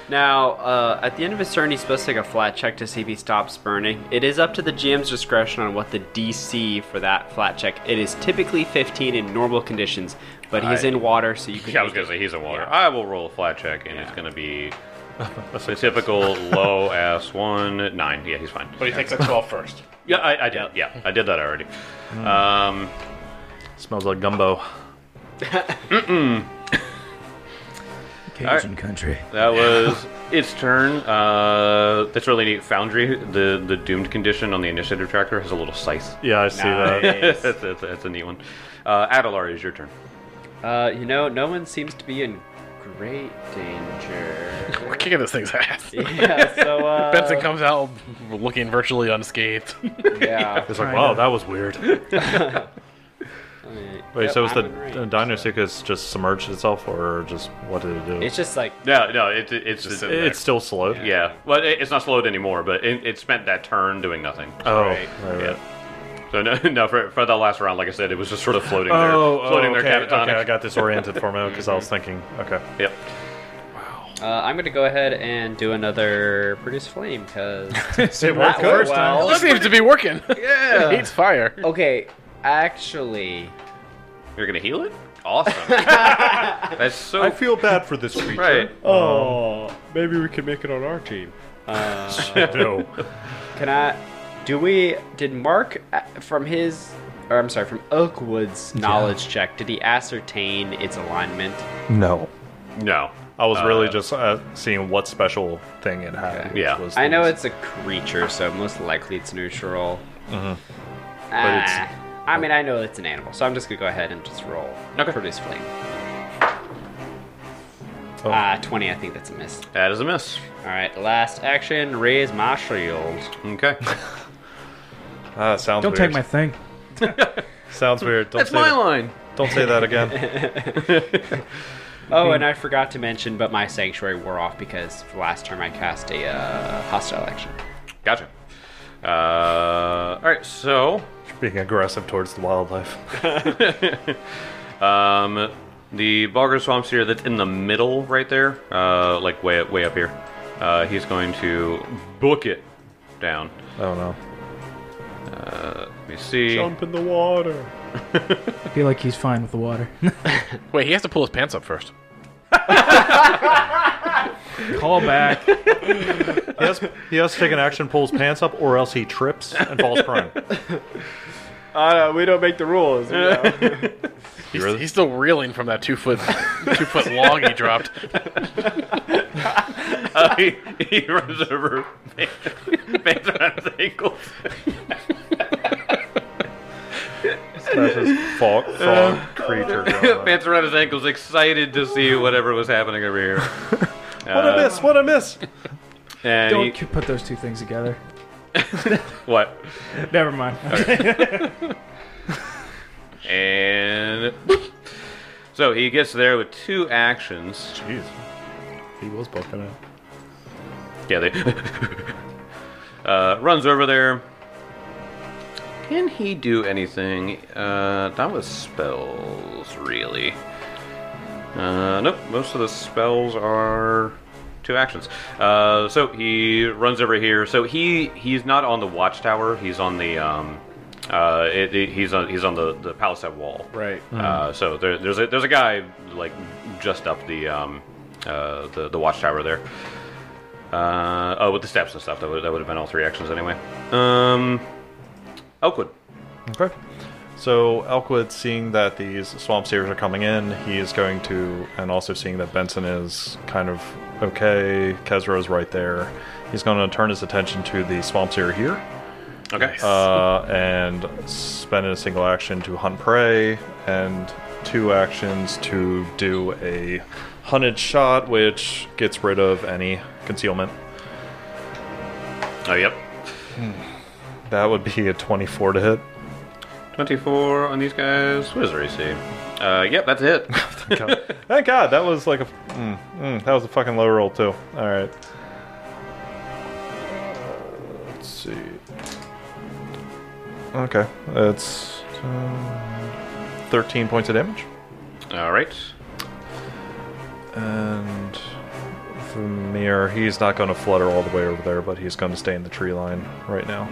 S2: Now, uh, at the end of his turn, he's supposed to take a flat check to see if he stops burning. It is up to the GM's discretion on what the DC for that flat check. It is typically 15 in normal conditions, but he's
S1: I-
S2: in water, so you can.
S1: Yeah, I was gonna say he's in water. I will roll a flat check, and it's gonna be the typical low ass one nine. Yeah, he's fine.
S5: But he takes a 12 first.
S1: Yeah, I, I did. Yeah, I did that already. Um,
S6: it. Smells like gumbo.
S1: Cajun
S8: country.
S1: that was its turn. Uh, that's really neat. Foundry, the the doomed condition on the initiative tracker has a little scythe.
S6: Yeah, I see that.
S1: that's, that's, that's a neat one. Uh, Adelar is your turn.
S2: Uh, you know, no one seems to be in great danger.
S5: We're kicking this thing's ass.
S2: yeah, so. Uh,
S5: Benson comes out looking virtually unscathed.
S2: Yeah.
S6: It's like, wow, that was weird. Wait, so is
S2: I'm
S6: the
S2: in range,
S6: uh, Dinosuchus just submerged itself, or just what did it do?
S2: It's just like.
S1: No, no, it, it, it's just
S6: It- it's still slowed.
S1: yeah. Well, it, it's not slowed anymore, but it, it spent that turn doing nothing.
S6: Oh,
S2: Right.
S6: right, right.
S1: Yeah. So no, no for, for the last round, like I said, it was just sort of floating there,
S6: Oh, oh,
S1: floating
S6: okay,
S1: there, catatonic.
S6: okay. I got disoriented for a moment because I was thinking, okay,
S1: Yep.
S2: Uh, I'm going to go ahead and do another Produce Flame, because.
S4: it
S2: worked first time.
S5: It seems to be working. Yeah. it hates fire.
S2: Okay, actually.
S1: You're gonna heal it? Awesome. That's so
S6: I feel bad for this creature.
S1: right.
S7: Oh, maybe we can make it on our team.
S6: Uh, No.
S2: Can I? Do we? Did Mark, uh, from his, or I'm sorry, from Oakwood's knowledge check, did he ascertain its alignment?
S6: no.
S1: No.
S6: I was really just uh, seeing what special thing it had. which
S1: Yeah.
S6: was
S2: I know
S6: these.
S2: it's a creature, so most likely it's neutral. Ah,
S6: it's-
S2: I mean, I know it's an animal, so I'm just gonna go ahead and just roll.
S1: Okay.
S2: Produce flame.
S6: Oh.
S2: Ah, 20. I think that's a miss.
S1: That is a miss.
S2: All right, last action. Raise my shield.
S1: Okay.
S6: Ah, sounds
S4: Don't
S6: weird.
S4: take my thing.
S6: Sounds weird. Don't
S1: That's
S6: say
S1: my
S6: that.
S1: line.
S6: Don't say that again.
S2: Oh, and I forgot to mention, but my sanctuary wore off because last time I cast a uh, hostile action.
S1: Gotcha. Uh, all right, so
S6: Being aggressive towards the wildlife.
S1: um, the Bogger Swamp Steer that's in the middle right there, uh, like way up, way up here, uh, he's going to book it down.
S6: Oh no.
S1: Let me see.
S5: Jump in the water.
S4: I feel like he's fine with the water.
S5: Wait, he has to pull his pants up first.
S4: Call back.
S6: He has, he has to take an action, pull his pants up, or else he trips and falls prone.
S7: I don't, we don't make the rules. You know?
S5: He's, he's still reeling from that two foot, two foot long he dropped.
S1: Uh, he, he runs over, bands around his ankles.
S6: That's his fog, fog creature. going on.
S1: Pants around his ankles, excited to see whatever was happening over here.
S6: What a miss! What a miss!
S1: And
S4: Don't
S1: he-
S4: you put those two things together.
S1: what?
S4: Never mind.
S1: And so he gets there with two actions.
S6: Jeez, he was bucking out.
S1: Yeah, they uh, runs over there. Can he do anything? Uh, not with spells, really. Uh, nope. Most of the spells are two actions. Uh, so he runs over here. So he he's not on the watchtower. He's on the um, uh, it, it- he's on he's on the the palisade wall.
S7: right.
S1: Uh, so there, there's a there's a guy like just up the um, uh, the the watchtower there. Uh, oh, with the steps and stuff. That would that would have been all three actions anyway. Um, Oakwood.
S6: Okay. So Elkwood, seeing that these swamp seers are coming in, he is going to, and also seeing that Benson is kind of okay, Kezro's right there. He's going to turn his attention to the swamp seer here,
S1: Okay.
S6: uh, and spend a single action to hunt prey, and two actions to do a hunted shot, which gets rid of any concealment.
S1: oh, yep.
S6: That would be a 24 to hit.
S1: Twenty-four on these guys. What is their AC? Uh, yep, that's it.
S6: God. Thank God, that was like a mm, mm, that was a fucking low roll too. All right. Uh, Let's see. Okay, it's um, thirteen points of damage,
S1: all right.
S6: and Vermeer. He's not going to flutter all the way over there, but he's going to stay in the tree line right now,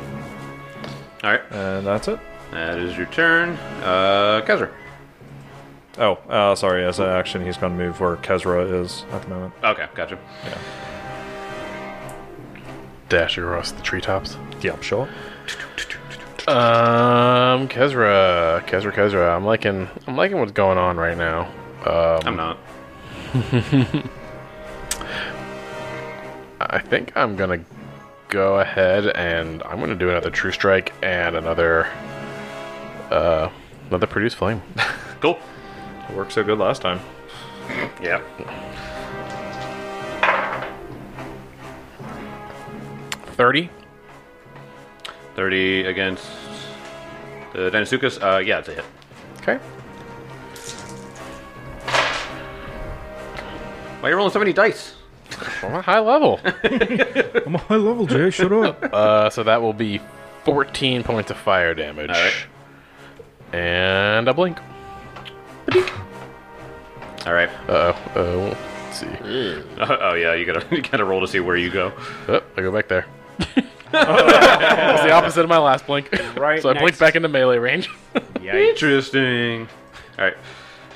S1: All right.
S6: and that's it.
S1: That is your turn. Uh, Kezra.
S6: Oh, uh, sorry. As an action, he's going to move where Kezra is at the moment.
S1: Okay, gotcha.
S5: Dash across the treetops.
S6: Yep, sure.
S5: Um, Kezra, Kezra, Kezra. I'm liking, I'm liking what's going on right now. Um,
S1: I'm not.
S5: I think I'm gonna go ahead and I'm gonna do another True Strike and another, uh, another Produce Flame.
S1: Cool.
S6: It worked so good last time.
S1: Yep.
S5: Thirty.
S1: Thirty against the Dinosuchus. Uh, yeah, it's a hit.
S5: Okay.
S1: Why are you rolling so many dice?
S5: Well, I'm at high level.
S4: I'm on high level, Jay. Shut up.
S5: uh, so that will be 14 points of fire damage.
S1: All right.
S5: And a blink.
S1: All right.
S5: Uh oh. Let's see.
S1: Oh, oh, yeah, you gotta you gotta roll to see where you go.
S5: Oh, I go back there. That's the opposite of my last blink.
S7: Right
S5: so I blink
S7: next-
S5: back into melee range.
S1: Interesting. All right,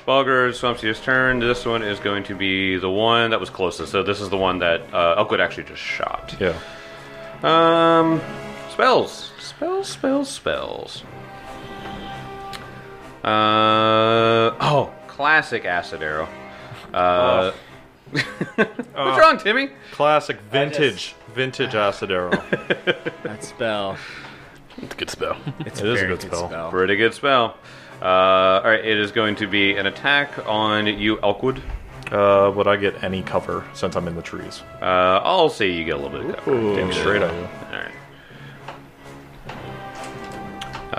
S1: Bulger Swampseer's turn. This one is going to be the one that was closest. So this is the one that uh, Elkwood actually just shot.
S6: Yeah.
S1: Um, spells, spells, spells, spells. Uh oh, classic acid arrow. Uh, what's wrong, Timmy?
S6: Classic vintage vintage acid arrow.
S2: That spell.
S5: It's a good spell.
S6: It's a
S2: Very
S6: good spell.
S2: Oh.
S1: Pretty good spell. Uh, all right, it is going to be an attack on you, Elkwood.
S6: Uh, would I get any cover since I'm in the trees?
S1: Uh, I'll say you get a little bit of cover.
S6: Damn straight I do.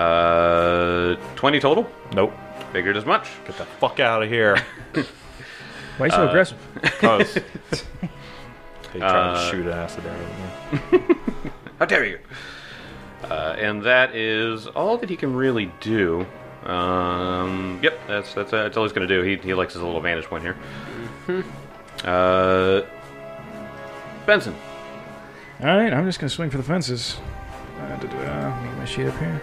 S1: Alright. Uh, 20 total?
S6: Nope.
S1: Figured as much.
S6: Get the fuck out of here.
S4: Why are you so aggressive?
S6: Cause they try
S1: Uh,
S6: to shoot an acid arrow at me.
S1: How dare you! Uh, and that is all that he can really do. Um, yep, that's that's, uh, that's all he's going to do. He, he likes his little vantage point here. Uh, Benson.
S4: All right, I'm just gonna swing for the fences. Uh, da-da-da, let me get my sheet up here.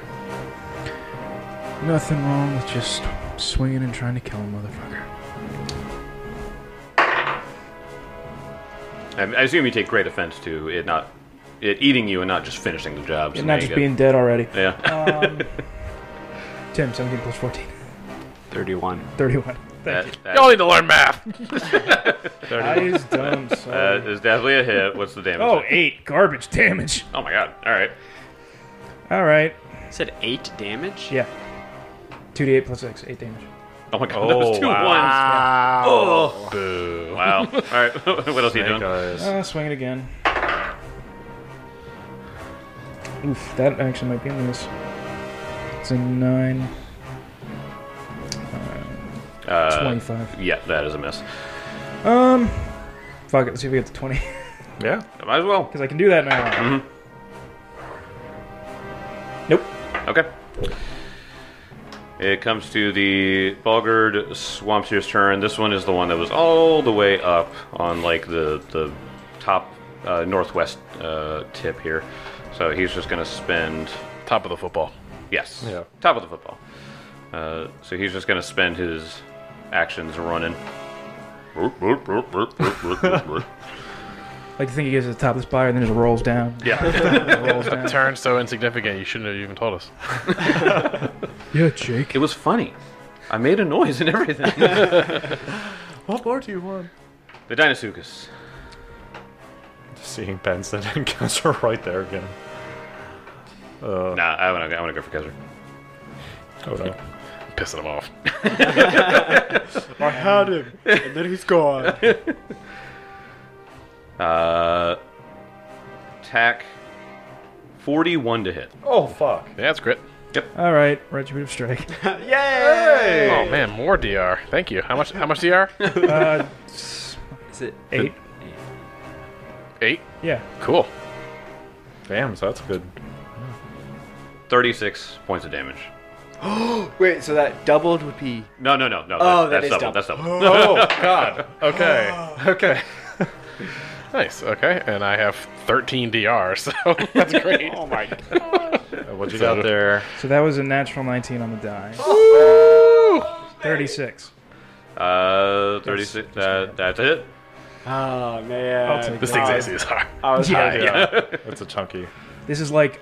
S4: Nothing wrong with just swinging and trying to kill a motherfucker.
S1: I, I assume you take great offense to it not it eating you and not just finishing the job. so
S4: And
S1: now you
S4: not just
S1: get-
S4: being dead already.
S1: yeah.
S4: Tim, 17 plus 14,
S2: 31.
S4: 31.
S1: that, that-
S5: Y'all need to learn math.
S4: Eyes dumb.
S1: that is definitely a hit. What's the damage?
S4: Oh, eight garbage damage.
S1: Oh my god! All right.
S4: All right,
S2: You said 8 damage?
S4: yeah. Two d8 plus six, eight damage.
S1: Oh my god! Oh, that was two ones. Oh. Wow. All right. what else are you doing?
S4: Uh, swing it again. Oof, that actually might be a miss. It's a nine.
S1: Uh,
S4: 25.
S1: Yeah, that is a miss.
S4: Um, fuck it. Let's see if we get to 20.
S6: Yeah.
S1: Might as well.
S4: Because I can do that now.
S1: Mm-hmm.
S4: Nope.
S1: Okay. It comes to the Bulgard Swampseer's turn. This one is the one that was all the way up on like the the top uh, northwest uh, tip here. So he's just gonna spend
S5: Top of the football.
S1: yes,
S6: Yeah.
S1: top of the football. Uh, so he's just gonna spend his actions running.
S4: Like, you think he gets to the top of the spire and then just rolls down.
S1: Yeah,
S4: rolls down.
S5: Turn so insignificant you shouldn't have even told us.
S4: Yeah, Jake.
S1: it was funny. I made a noise and everything.
S6: What more do you want?
S1: the Dinosuchus.
S6: Seeing Benson and Kessler right there again.
S1: Nah, I want to. I want to go for Kessler.
S6: Oh no.
S5: Pissing him off.
S7: I had him, and then he's gone.
S1: Uh, attack 41 to hit.
S6: Oh fuck.
S5: Yeah, that's great.
S4: All right, retributive strike.
S7: Yay!
S5: Oh man, more DR. Thank you. How much? How much DR?
S4: Uh,
S2: Is it
S4: eight.
S5: Eight.
S4: Yeah.
S5: Cool.
S6: Damn, so that's good.
S1: 36 points of damage.
S7: Wait, so that doubled would be.
S1: No, no, no, no.
S7: Oh, that
S1: that's
S7: is
S1: double.
S7: double.
S1: That's double.
S6: Oh god. Okay. Okay.
S5: Nice. Okay, and I have 13 DR, so that's great. oh my god.
S6: What Uh, you got there?
S4: So that was a natural 19 on the die. 36.
S1: Uh, 36. Uh, that's a hit.
S7: Oh,
S1: Uh,
S7: man.
S4: I'll take
S5: This
S4: that.
S5: thing's AC is hard.
S7: Oh, I was
S4: Yeah,
S7: hiding.
S6: That's a chunky.
S4: This is like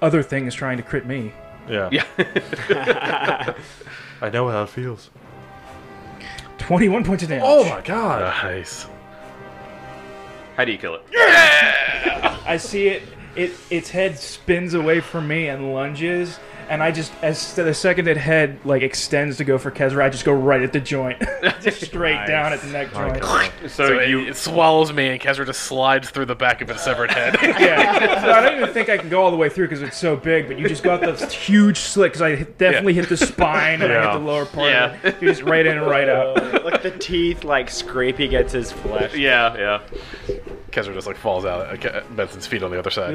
S4: other things trying to crit me.
S6: Yeah.
S1: Yeah.
S6: I know how it feels.
S4: 21 points of damage.
S6: Oh my god.
S5: Uh, Nice.
S1: How do you kill it?
S4: I see it, it. Its head spins away from me and lunges, and I just as the second it head like extends to go for Kesra, I just go right at the joint, just straight down at the neck joint.
S1: So,
S5: So
S1: you.
S5: it, it swallows me, and Kesra just slides through the back of its severed head.
S4: Yeah, so I don't even think I can go all the way through because it's so big. But you just got this huge slit because I hit, definitely hit the spine and I
S6: Yeah.
S4: hit the lower part.
S1: Yeah.
S4: of it. You're just right in and right out.
S7: Look, the teeth, like, scraping against his flesh.
S1: yeah, yeah.
S5: Kesra just like falls out at Ke- Benson's feet on the other side.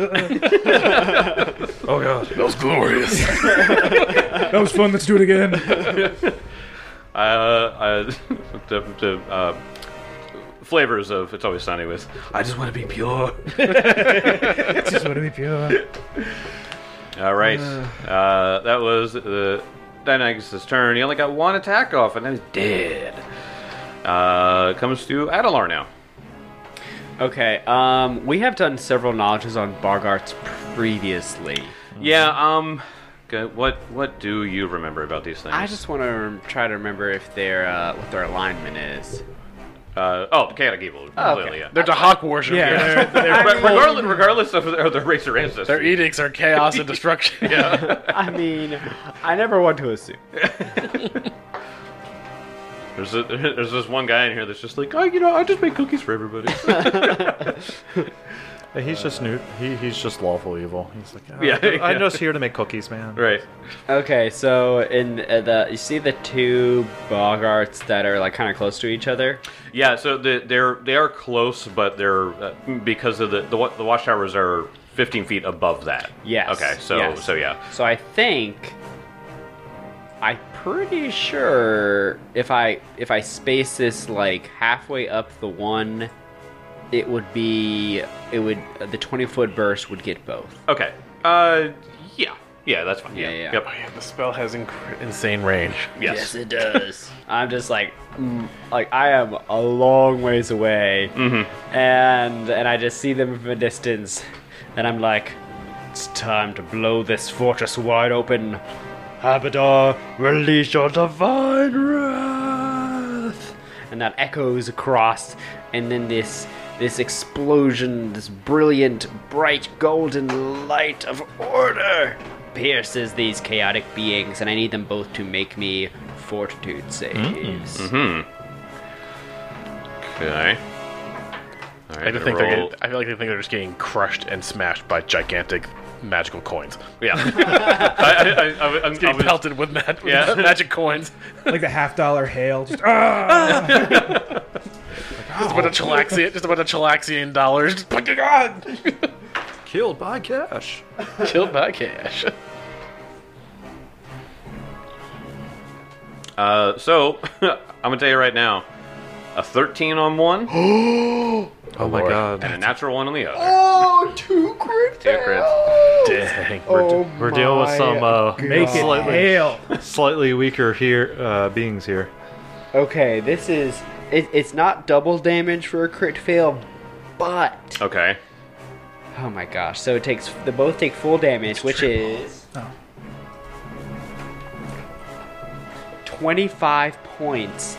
S6: Oh god.
S5: That was glorious.
S4: That was fun. Let's do it again.
S1: Uh, uh, the, the uh, flavors of It's Always Sunny with, I just want to be pure.
S4: It's just what it pure.
S1: All right. Uh, that was the Dynagus's turn. He only got one attack off, and then he's dead. Uh, comes to Adalar now.
S2: Okay, um, we have done several knowledges on Bargarts previously.
S1: Yeah. Um. okay, What What do you remember about these things?
S2: I just want to try to remember if their uh, what their alignment is.
S1: Uh, oh, the chaotic evil.
S2: Oh,
S1: completely,
S2: okay.
S1: yeah.
S5: They're the hawk worship.
S4: Yeah.
S5: here.
S1: They're- but regardless, regardless of their, their race or ancestry.
S5: Their edicts are chaos and destruction. yeah.
S7: I mean, I never want to assume.
S1: There's a, there's this one guy in here that's just like, oh, you know, I just make cookies for everybody.
S6: He's just new. He he's just lawful evil. He's like, oh,
S1: Yeah,
S6: I'm
S1: yeah.
S6: just here to make cookies, man.
S1: right.
S2: Okay, so in uh, the you see the two Bogarts that are like kind of close to each other.
S1: Yeah. So the, they're they are close, but they're uh, because of the the, wa- the watchtowers are 15 feet above that.
S2: Yes,
S1: Okay, so
S2: yes.
S1: so yeah.
S2: So I think I'm pretty sure if I if I space this like halfway up the one, it would be it would the twenty foot burst would get both.
S1: Okay. Uh, yeah. Yeah, that's fine.
S2: Yeah,
S1: Yeah,
S2: yeah.
S1: Yep.
S5: Oh, Yeah, the spell has inc- insane range.
S1: Yes.
S2: it does. I'm just like, mm, like I am a long ways away, and and I just see them from a distance, and I'm like, it's time to blow this fortress wide open. Habadar, release your divine wrath, and that echoes across, and then this this explosion, this brilliant, bright golden light of order pierces these chaotic beings, and I need them both to make me fortitude saves.
S1: Okay. All right.
S5: I, just think they're getting, I feel like they think they're just getting crushed and smashed by gigantic magical coins.
S1: Yeah. I, I, I, I, was- I was
S5: Getting pelted with, ma- with
S1: Yeah.
S5: magic coins.
S4: like the half dollar hail. Just ah,
S5: Just a bunch of chillaxian, just a bunch of chillaxian dollars. Just put it on.
S6: Killed by cash.
S5: Killed by cash.
S1: Uh, so I'm gonna tell you right now, a 13 on one and
S6: Oh my god.
S1: a natural one on the other.
S7: Oh, two crit
S1: Two crits.
S5: Dang.
S7: Oh
S6: We're dealing with some uh,
S4: make it
S6: slightly,
S4: hail.
S6: slightly weaker here uh, beings here.
S2: Okay, this is it, it's not double damage for a crit fail, but
S1: Okay.
S2: oh my gosh! So it takes they both take full damage, which is
S4: Oh.
S2: twenty five points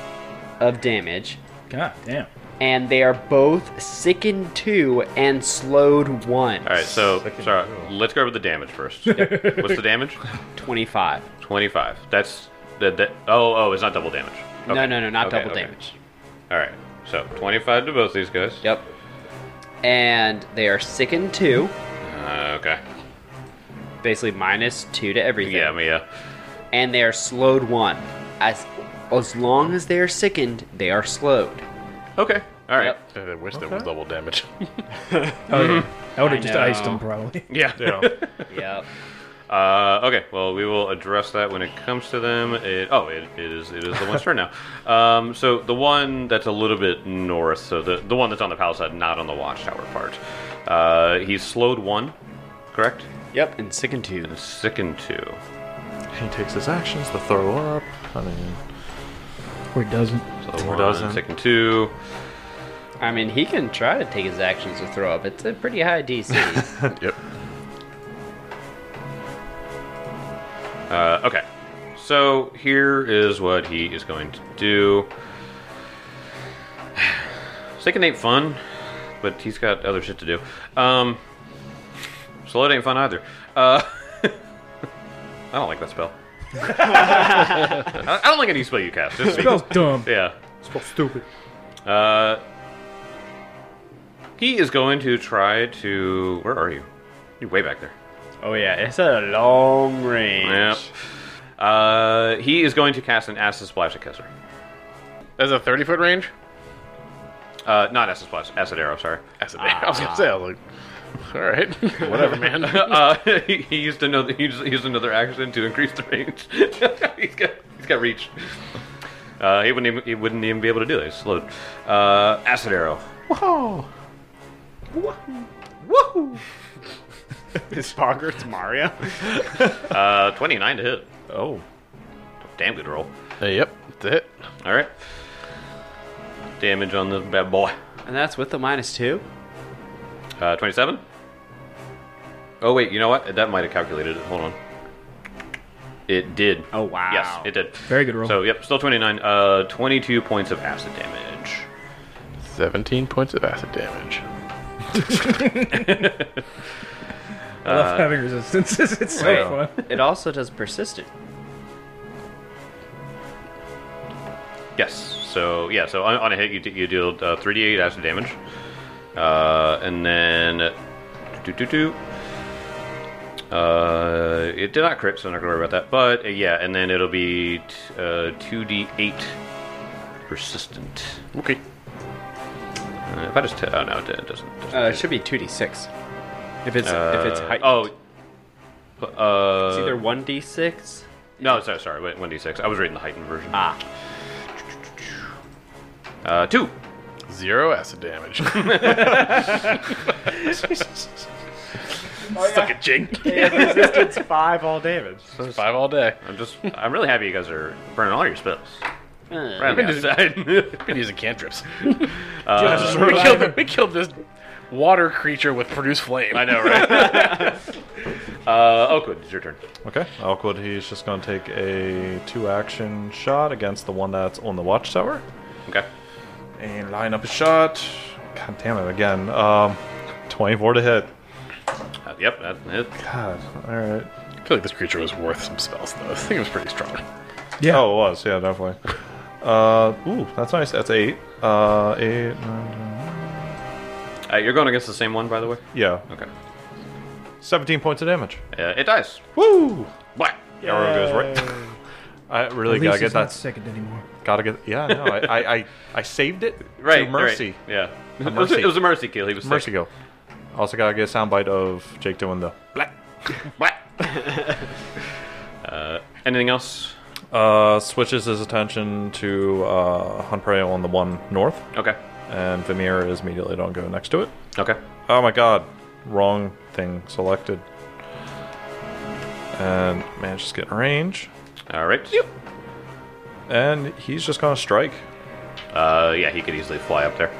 S2: of damage,
S4: God damn.
S2: and they are both sickened two and slowed one.
S1: All right. So sorry. Let's go over the damage first. What's the damage?
S2: twenty five.
S1: 25. That's the, the oh oh. It's not double damage.
S2: No,
S1: Okay.
S2: no, no, not
S1: Okay,
S2: double
S1: okay.
S2: damage.
S1: All right. So 25 to both these guys.
S2: Yep. And they are sickened two,
S1: Uh, okay.
S2: basically minus two to everything.
S1: Yeah. I mean, yeah.
S2: and they are slowed one. As as long as they are sickened, they are slowed.
S1: Okay. All right.
S2: Yep.
S5: I wish there was double damage.
S4: I would
S2: I
S4: have just iced
S2: know.
S4: him probably.
S1: Yeah.
S2: Yep.
S1: Uh, okay, well, we will address that when it comes to them. It, oh, it, it is it is the one's turn now. Um, so the one that's a little bit north, so the, the one that's on the palisade, not on the watchtower part. Uh, he's slowed one, correct?
S2: Yep. And sickened two.
S1: Sickened two.
S6: He takes his actions to throw up. I mean,
S4: Or it doesn't.
S1: So
S6: Or
S1: one,
S6: doesn't.
S1: Sickened two.
S2: I mean, he can try to take his actions to throw up. It's a pretty high DC.
S5: yep.
S1: Uh, okay, so here is what he is going to do. Sickened ain't fun, but he's got other shit to do. Um, slow it ain't fun either. Uh, I don't like that spell. I don't- I don't like any spell you cast. Just
S4: Spell's dumb.
S1: yeah.
S6: stupid.
S1: Uh, he is going to try to. Where are you? You're way back there.
S2: oh yeah, it's a long range.
S1: Yep. Uh, he is going to cast an acid splash at Kessler.
S5: That's a 30 foot range?
S1: Uh, not acid splash, acid arrow. Sorry.
S5: That's a, I was going to say, I was like, all right. Ah. Whatever, man.
S1: Uh, he, he used another. He used, he used another action to increase the range. he's got. He's got reach. Uh, he wouldn't. Even, he wouldn't even be able to do that. He's slowed. Uh, acid arrow.
S7: It's Pogger, it's Mario.
S1: Uh, twenty-nine to hit.
S6: Oh.
S1: Damn good roll.
S5: Uh, yep. That's it.
S1: All right. Damage on the bad boy.
S2: And that's with the minus two.
S1: Uh, twenty-seven. Oh wait, you know what? That might have calculated it. Hold on. It did.
S2: Oh, wow.
S1: Yes, it did.
S4: Very good roll.
S1: So yep, still twenty-nine. Uh, twenty-two points of acid damage.
S5: 17 points of acid damage.
S4: I love having resistances. It's so
S1: Wait.
S4: fun.
S2: It also does persistent.
S1: Yes. So yeah. So on, on a hit, you, d- you deal uh, 3d8 acid damage, uh, and then do do do. Uh, it did not crit, so I'm not gonna worry about that. But uh, yeah, and then it'll be t- uh, 2d8 persistent.
S5: Okay.
S1: Uh, if I just t- oh no, it doesn't. doesn't
S2: Uh, it should be two d six. If it's if it's
S1: Uh,
S2: heightened,
S1: oh,
S2: it's
S1: uh,
S2: either one d six.
S1: no, sorry, sorry, wait, one d six. I was reading the heightened version.
S2: Ah,
S1: Uh, two.
S5: Zero acid damage.
S3: Suck it, Jink.
S7: Resistance five all damage.
S5: Five all day.
S1: I'm just, I'm really happy you guys are burning all your spells. Right on
S5: We've
S1: the
S5: been just-
S1: outside.
S5: I've been using cantrips. we, killed, we killed this water creature with produce flame.
S1: I know, right? uh, Oakwood, it's your turn.
S6: Okay, Elkwood, he's just going to take a two action shot against the one that's on the watchtower.
S1: Okay.
S6: And line up a shot. God damn it, again. Um, 24 to hit.
S1: Uh, yep, that, it,
S6: God, alright.
S5: I feel like this creature was worth some spells, though. This thing was pretty strong.
S6: Yeah. Oh, it was. Yeah, definitely. Uh, ooh, that's nice. That's eight. Uh, eight. nine, ten.
S1: uh, you're going against the same one, by the way.
S6: Yeah.
S1: Okay.
S6: 17 points of damage.
S1: Uh, it dies.
S6: Woo!
S1: What?
S6: Arrow goes right. I really
S4: At least
S6: gotta
S4: it's
S6: get
S4: not
S6: that.
S4: sickened anymore.
S6: Gotta get. Yeah, no, I, I, I, I saved it.
S1: Right.
S6: To mercy.
S1: right, Yeah. It was-
S6: mercy.
S1: It was a mercy kill. He was sick.
S6: Mercy go. Also gotta get a soundbite of Jake doing the.
S1: Black. Black. uh, anything else?
S6: Uh, switches his attention to uh, Hunt Prey on the one north,
S1: Okay.
S6: and Vimir is immediately don't go next to it.
S1: Okay.
S6: Oh my god, wrong thing selected. And manages to get in range,
S1: All right. Yep.
S6: and he's just gonna strike.
S1: Uh, yeah, he could easily fly up there.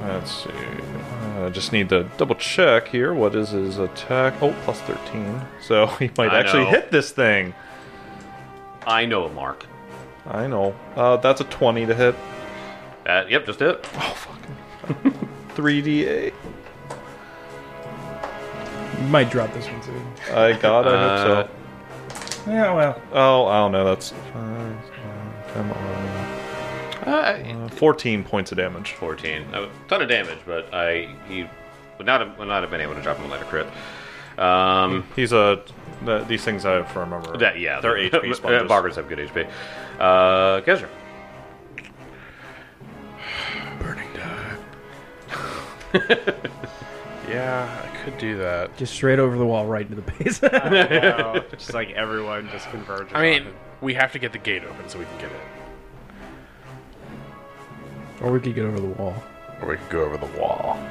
S6: Let's see. Uh, I just need to double check here. What is his attack? Oh, plus 13. So he might
S1: I
S6: actually
S1: know.
S6: hit this thing.
S1: I know a mark.
S6: I know. Uh, that's a 20 to hit.
S1: Uh, yep, just it.
S6: 3d8.
S4: You might drop this one too.
S6: I got it.
S1: Uh,
S6: so.
S4: Yeah, well,
S6: Oh, I don't know. That's five, five, 10, 11,
S1: Uh,
S6: uh, 14 points of damage.
S1: 14. A ton of damage, but I he would not have, would not have been able to drop him a lighter crit. Um,
S6: He's a. The, these things I have to remember.
S1: that yeah,
S6: They're
S1: the-
S6: HP sponges.
S1: Barbers have good HP. Uh, Kesher.
S5: Yeah, I could do that.
S4: just straight over the wall, right into the base.
S7: Oh, just like everyone just converges.
S5: I mean, we have to get the gate open so we can get in.
S4: or we could get over the wall.
S5: Or we could go over the wall.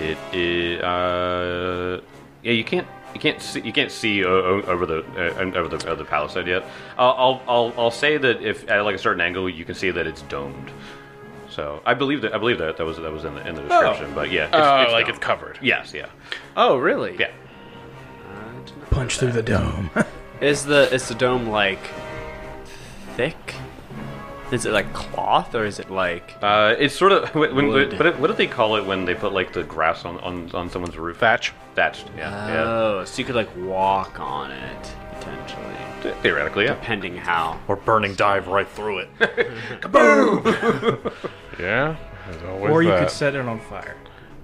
S1: It is. Uh, yeah, you can't. You can't see. You can't see o- o- over the uh, and over the over the palisade yet. I'll, I'll I'll I'll say that if at like a certain angle, you can see that it's domed. So I believe that I believe that that was that was in the in the description. But yeah, it's,
S5: Oh, like
S1: domed.
S5: it's covered.
S1: Yes, yeah,
S2: oh really?
S1: yeah.
S4: Punch through the dome.
S2: Is the is the dome like thick? Is it like cloth or is it like?
S1: Uh, it's sort of when, when
S2: Wood.
S1: but it, what do they call it when they put like the grass on on, on someone's roof?
S5: Thatch.
S1: Thatched. Yeah,
S2: Oh, so you could like walk on it potentially,
S1: yeah. Theoretically, yeah.
S2: depending how.
S6: Or burning dive right through it.
S5: Yeah. There's always
S4: or you
S5: that.
S4: could set it on fire.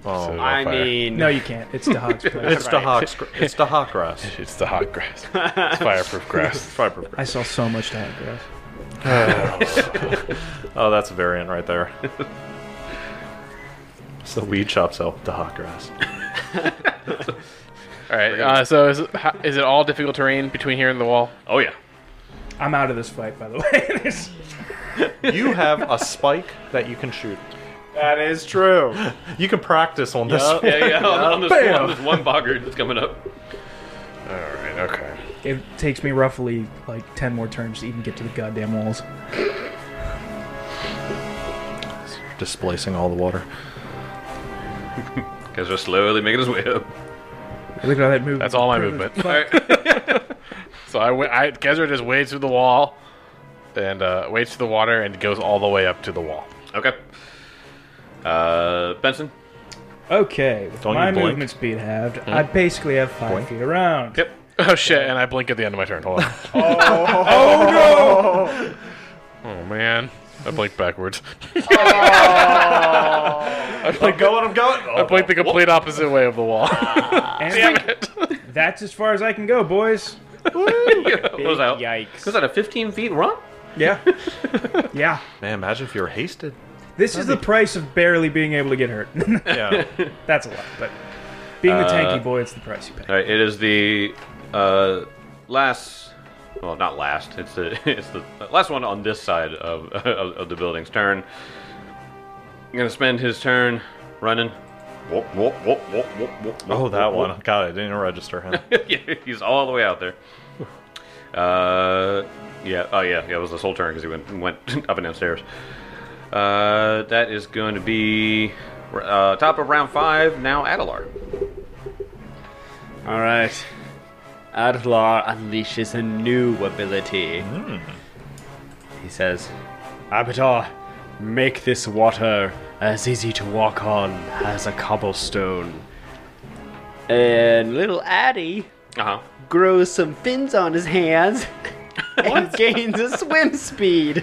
S5: Set it on
S2: I
S5: fire.
S2: mean,
S4: No, you can't. It's the Hog's place.
S6: It's the hawk. gr- It's the hawk grass.
S5: it's the hot grass. It's fireproof grass.
S6: Fireproof
S4: I saw so much to Hog Grass.
S6: Oh, that's a variant right there. it's the weed shop self, the hot grass.
S5: All right. Uh, so is it, how, is it all difficult terrain between here and the wall?
S1: Oh yeah.
S4: I'm out of this fight, by the way. There's-
S6: You have a spike that you can shoot.
S7: that is true.
S6: You can practice on this.
S1: Yeah, yeah. On, on this, one, on this one boggart that's coming up.
S5: All right. Okay.
S4: it takes me roughly like ten more turns to even get to the goddamn walls.
S6: Displacing all the water.
S1: Because we're slowly making his way up.
S4: Look at that move.
S5: That's all my movement. All right. so I, wa- I Gezra just wades through the wall, and uh, wades through the water, and goes all the way up to the wall.
S1: Okay. Uh, Benson.
S4: Okay, with
S6: Don't you
S4: my
S6: blink?
S4: movement speed halved, I basically have five feet around.
S1: Yep.
S5: Oh shit! And I blink at the end of my turn. Hold on. oh, no! Oh man, I blinked backwards. I blinked,
S6: going, I'm going.
S5: I blinked the complete opposite way of the wall.
S4: And
S5: Damn it!
S4: That's as far as I can go, boys.
S1: What was that?
S7: Yikes.
S1: Was that a 15 feet run?
S4: Yeah. yeah.
S6: Man, imagine if you were hasted.
S4: This is the price of barely being able to get hurt.
S6: Yeah.
S4: That's a lot, but Being the tanky boy, it's the price you pay.
S1: All right, it is the uh, last. Well, not last. It's the it's the last one on this side of of, of the building's turn. Gonna spend his turn running. Whoop, whoop, whoop, whoop, whoop, whoop,
S6: Oh,
S1: whoop,
S6: that
S1: whoop,
S6: one. God, I didn't register him.
S1: yeah, he's all the way out there. Uh, yeah. Oh, yeah. Yeah, it was this whole turn because he went went up and downstairs. Uh, that is going to be uh, top of round five. Now Adelar.
S2: All right. Adlar unleashes a new ability. He says, Abaddar, make this water as easy to walk on as a cobblestone. And little Addy
S1: Uh huh.
S2: grows some fins on his hands and gains a swim speed.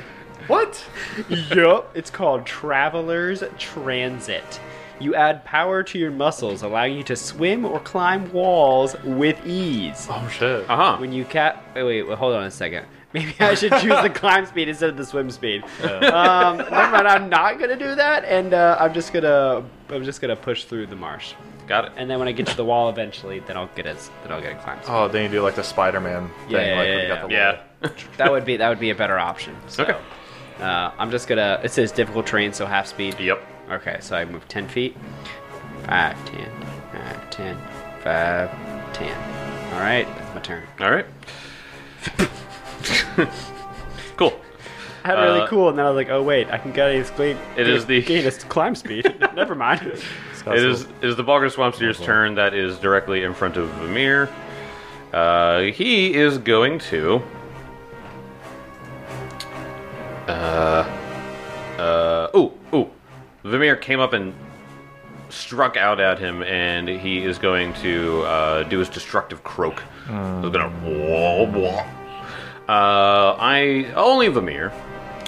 S7: What?
S2: yup, it's called Traveler's Transit. You add power to your muscles, allowing you to swim or climb walls with ease.
S5: Oh shit!
S1: Uh huh.
S2: When you cat, wait, wait, wait, hold on a second. Maybe I should choose the climb speed instead of the swim speed. Um, never mind, I'm not gonna do that, and uh, I'm just gonna, I'm just gonna push through the marsh.
S1: Got it.
S2: And then when I get to the wall eventually, then I'll get a, s- then I'll get a climb speed.
S6: Oh, then you do like the Spider-Man thing.
S2: Yeah,
S6: like,
S2: yeah,
S6: when you
S2: yeah.
S6: got the
S1: Yeah.
S2: That would be, that would be a better option. So,
S1: Okay.
S2: Uh, I'm just gonna. It says difficult terrain, so half speed.
S1: Yep.
S2: Okay, so I move 10 feet. 5, 10, 5, 10, 5, 10. All right, that's my turn.
S1: All right. cool.
S2: I had really
S1: Uh,
S2: cool, and then I was like, oh, wait, I can get a gain,
S1: It is the-
S2: gain a climb speed. Never mind.
S1: It is it is the Bogger Swamp Steer's turn that is directly in front of Vamir. Uh, he is going to. Uh, uh, ooh, ooh. Vamir came up and struck out at him, and he is going to uh, do his destructive croak. He's gonna. Uh, I only Vamir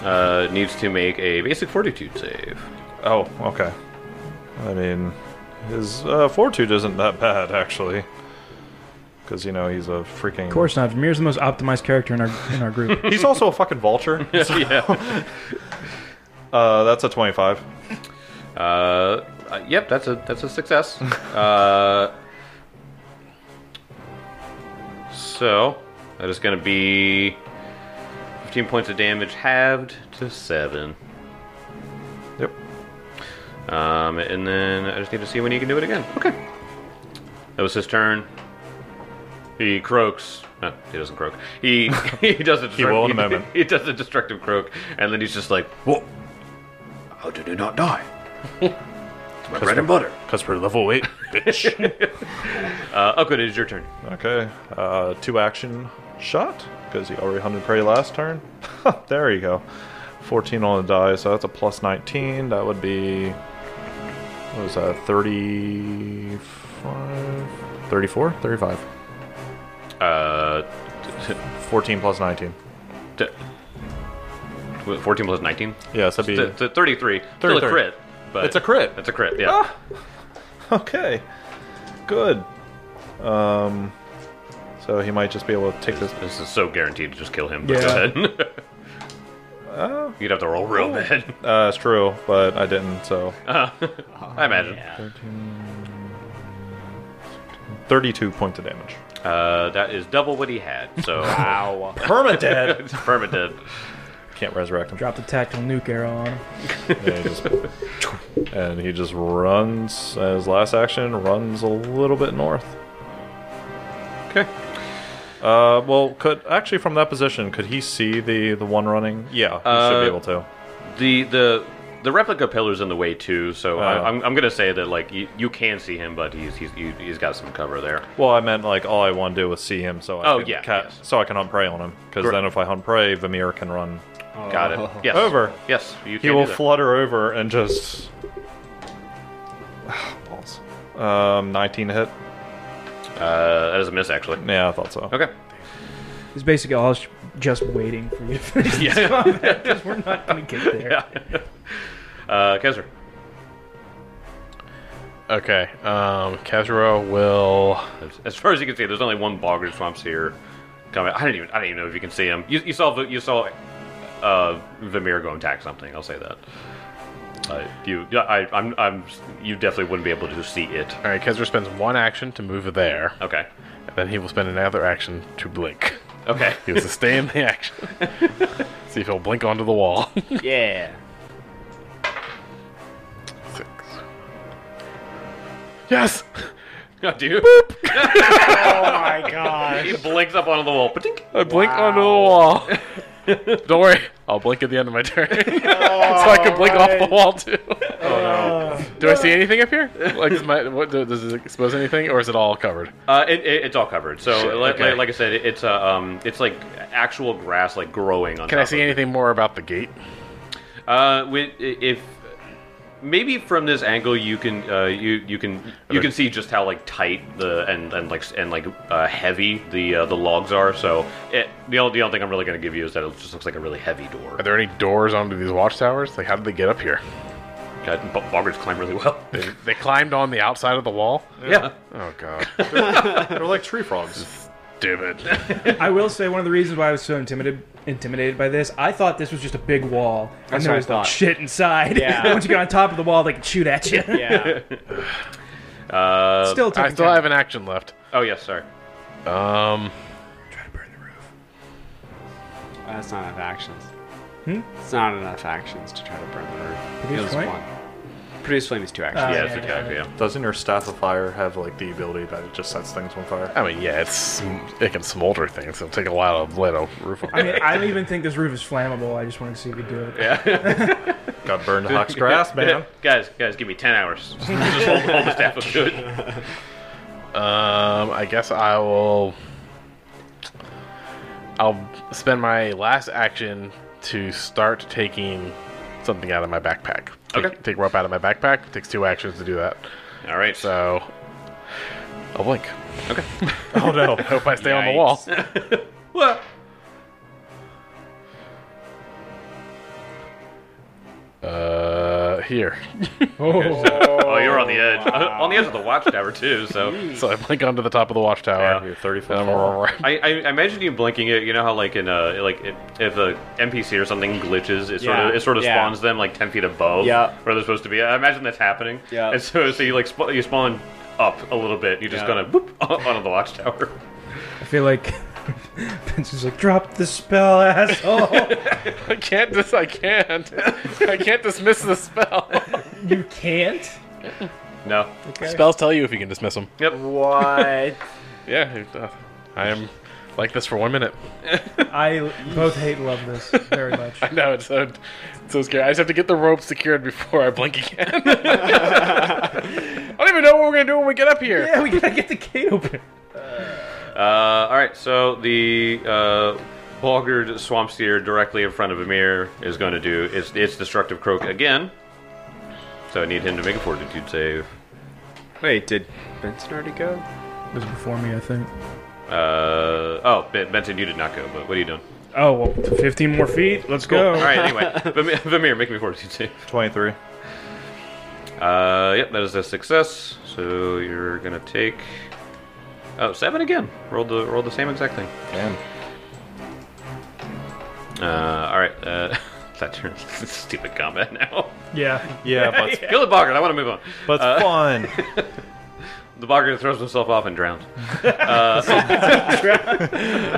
S1: uh, needs to make a basic fortitude save.
S6: Oh, okay. I mean, his uh, fortitude isn't that bad actually, because you know he's a freaking.
S4: Of course not. Vermeer's the most optimized character in our in our group.
S6: He's also a fucking vulture.
S1: yeah.
S6: Uh, that's a twenty-five.
S1: Uh, uh, yep, that's a that's a success. uh, so that is going to be fifteen points of damage, halved to seven.
S6: Yep.
S1: Um, and then I just need to see when he can do it again. Okay. That was his turn. He croaks. No, he doesn't croak. He he does a destructive.
S6: will in a moment.
S1: He, does a destructive croak, and then he's just like, "Whoa! How did he not die? it's my bread and butter."
S3: Because we're level eight, bitch.
S1: Uh, Oakwood, it is your turn.
S6: Okay. Uh, two action shot because he already hunted prey last turn. there you go. Fourteen on the die, so that's a plus nineteen. That would be what was that? 35, 34, 35.
S1: Uh,
S6: 14 plus 19.
S1: t- t- fourteen plus nineteen.
S6: Yes, that'd be.
S1: It's a thirty-three. Still a
S6: 33.
S1: crit. But
S6: It's a crit.
S1: It's a crit. Yeah.
S6: Ah! Okay. Good. Um, so he might just be able to take this.
S1: This is so guaranteed to just kill him. But
S4: Yeah.
S1: Go ahead.
S6: Ah.
S1: You'd have to roll real bad.
S6: Uh, it's true, but I didn't, so.
S1: I imagine.
S6: Oh, 32 points of damage.
S1: Uh, that is double what he had. So
S2: Ow.
S6: Permadead!
S1: it's permanent.
S6: Can't resurrect him.
S4: Drop the tactical nuke arrow on him.
S6: And he just, and he just runs, as last action, runs a little bit north.
S1: Okay.
S6: Uh, well, could actually from that position, could he see the the one running? Yeah, he should
S1: Uh,
S6: be able to.
S1: The the the replica pillar's in the way too. So
S6: Oh.
S1: I, I'm I'm gonna say that like you, you can see him, but he's he's you- he's got some cover there.
S6: Well, I meant like all I want to do was see him, so I
S1: Oh,
S6: can
S1: yeah,
S6: ca-
S1: yes.
S6: so I can hunt prey on him. Because
S1: Correct.
S6: then if I hunt prey, Vamir can run.
S1: Got it. Yes.
S6: Oh. Over.
S1: Yes. You
S6: He
S1: can.
S6: will
S1: do that.
S6: flutter over and just balls. Um, 19 to hit.
S1: Uh, that is a miss actually.
S6: Yeah, I thought so.
S1: Okay.
S4: He's basically all sh- just waiting for you to finish.
S1: Yeah.
S4: this. We're not gonna get there.
S1: Uh, Kesser.
S5: Okay. Um, Kazuro will.
S1: As- As far as you can see, there's only one Bogger Swamps here. Coming. I don't even. I don't even know if you can see him. You, you saw. the- You saw. Uh, Vamir go and attack something. I'll say that. Uh, you, yeah, I, I'm, I'm, you definitely wouldn't be able to see it.
S5: All right, Kezra spends one action to move there,
S1: Okay.
S5: and then he will spend another action to blink.
S1: Okay.
S5: He has to stay in the action. See if he'll blink onto the wall.
S2: Yeah.
S5: Six. Yes!
S1: Oh, dude.
S7: my god.
S1: He blinks up onto the wall. Patink.
S5: I blink Oh, onto the wall. Don't worry, I'll blink at the end of my turn. so I can blink off the wall too. Do I see anything up here? Like, is my, what, does it expose anything, or is it all covered?
S1: Uh, it, it, it's all covered. So, like,
S5: okay.
S1: like, like I said, it, it's uh, um, it's like actual grass, like growing on.
S5: Can
S1: top
S5: I
S1: of
S5: see
S1: it.
S5: anything more about the gate?
S1: Uh, with, i- if maybe from this angle you can uh, you you can you can see just how like tight the and and like s- and like uh, heavy the uh, the logs are. So it, the only the only thing I'm really gonna give you is that it just looks like a really heavy door.
S5: Are there any doors onto these watchtowers? Like, how did they get up here?
S1: God, Uh, B- Boggarts climb really well.
S5: They, they climbed on the outside of the wall?
S1: yeah.
S5: Oh, God.
S6: They're like tree frogs.
S5: Stupid.
S4: I will say one of the reasons why I was so intimidated intimidated by this, I thought this was just a big wall and
S7: That's
S4: there
S7: what I
S4: was like
S7: thought.
S4: shit inside.
S7: Yeah.
S4: Once you get on top of the wall, they can shoot at you.
S7: Yeah.
S4: Still,
S5: Uh, I
S4: taking
S5: still
S4: time.
S5: have an action left.
S1: Oh yes, sorry.
S5: Um,
S7: That's not enough actions.
S1: Hmm?
S7: It's not enough actions to try to burn the roof.
S4: Produce
S7: It was
S4: flame?
S7: one. Produce flame is two actions.
S4: Oh,
S1: yes,
S4: yeah,
S1: exactly. Yeah.
S6: Doesn't your staff of fire have like the ability that it just sets things on fire?
S5: I mean, yeah, it's it can smolder things. It'll take a while to let a roof on
S4: I mean, I don't even think this roof is flammable. I just wanted to see if you do it.
S6: Got burned to Hawk's grass, man.
S1: guys, guys, give me ten hours. just hold, hold the staff of good.
S5: Um, I guess I will. I'll spend my last action to start taking something out of my backpack. Take,
S1: Okay.
S5: Take rope out of my backpack. It takes two actions to do that.
S1: All right. So
S5: So, I'll blink.
S6: Oh no.
S5: I hope I stay on the wall.
S1: what?
S5: Uh, here.
S1: Oh, you're on the edge. on the edge of the watchtower too. So
S5: So I blink onto the top of the watchtower.
S6: You're 30 foot
S5: And I'm
S6: tall.
S5: all
S1: I, I, I imagine you blinking it. You know how like in a like it, if a NPC or something glitches, it sort
S7: Yeah,
S1: of it sort of
S7: yeah.
S1: spawns them like ten feet above
S7: Yeah.
S1: where they're supposed to be. I imagine that's happening.
S7: Yeah.
S1: And so so you like sp- you spawn up a little bit. You just
S7: Yeah.
S1: kind of whoop onto the watchtower.
S4: I feel like Vince is like, drop the spell, asshole.
S5: I can't. Dis- I can't. I can't dismiss the spell.
S4: you can't.
S1: No.
S5: Spells tell you if you can dismiss them.
S7: What?
S5: Yeah, it- uh, I am like this for one minute.
S4: I both hate and love this very much.
S5: No, it's so, it's so scary. I just have to get the rope secured before I blink again. I don't even know what we're gonna do when we get up here.
S4: Yeah, we gotta get the gate open.
S1: Uh, all right. So the uh, boggered swamp steer directly in front of Amir is going to do its its destructive croak again. So I need him to make a fortitude save.
S7: Wait, did Benson already go?
S4: It was before me, I think.
S1: Uh, oh, Ben- Benson, you did not go. But what are you doing?
S4: Oh, well, 15 more feet. Let's
S1: Cool.
S4: go.
S1: All right. Anyway, Vamir, Vamir, make me a fortitude save.
S6: 23.
S1: Uh, yep, that is a success. So you're gonna take oh seven again. Rolled the rolled the same exact thing.
S6: Damn.
S1: Uh, all right. Uh, that turns stupid combat now.
S4: Yeah.
S6: Yeah, Uh. but it's,
S1: Kill the boggart. I want to move on.
S6: but it's fun.
S1: The boggart throws himself off and drowns.
S6: It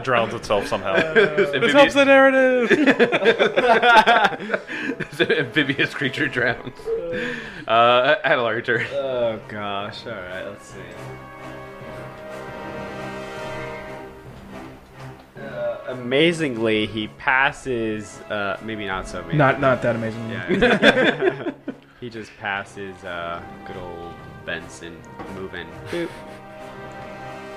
S6: drowns itself somehow.
S1: This
S5: helps the narrative.
S1: amphibious creature drowns. Uh, Adelar, your turn.
S7: Oh gosh. All right. Let's see. Uh, amazingly, he passes. Uh, maybe not so. Amazing.
S4: Not not that amazing.
S7: Yeah. he just passes uh, good old Benson moving.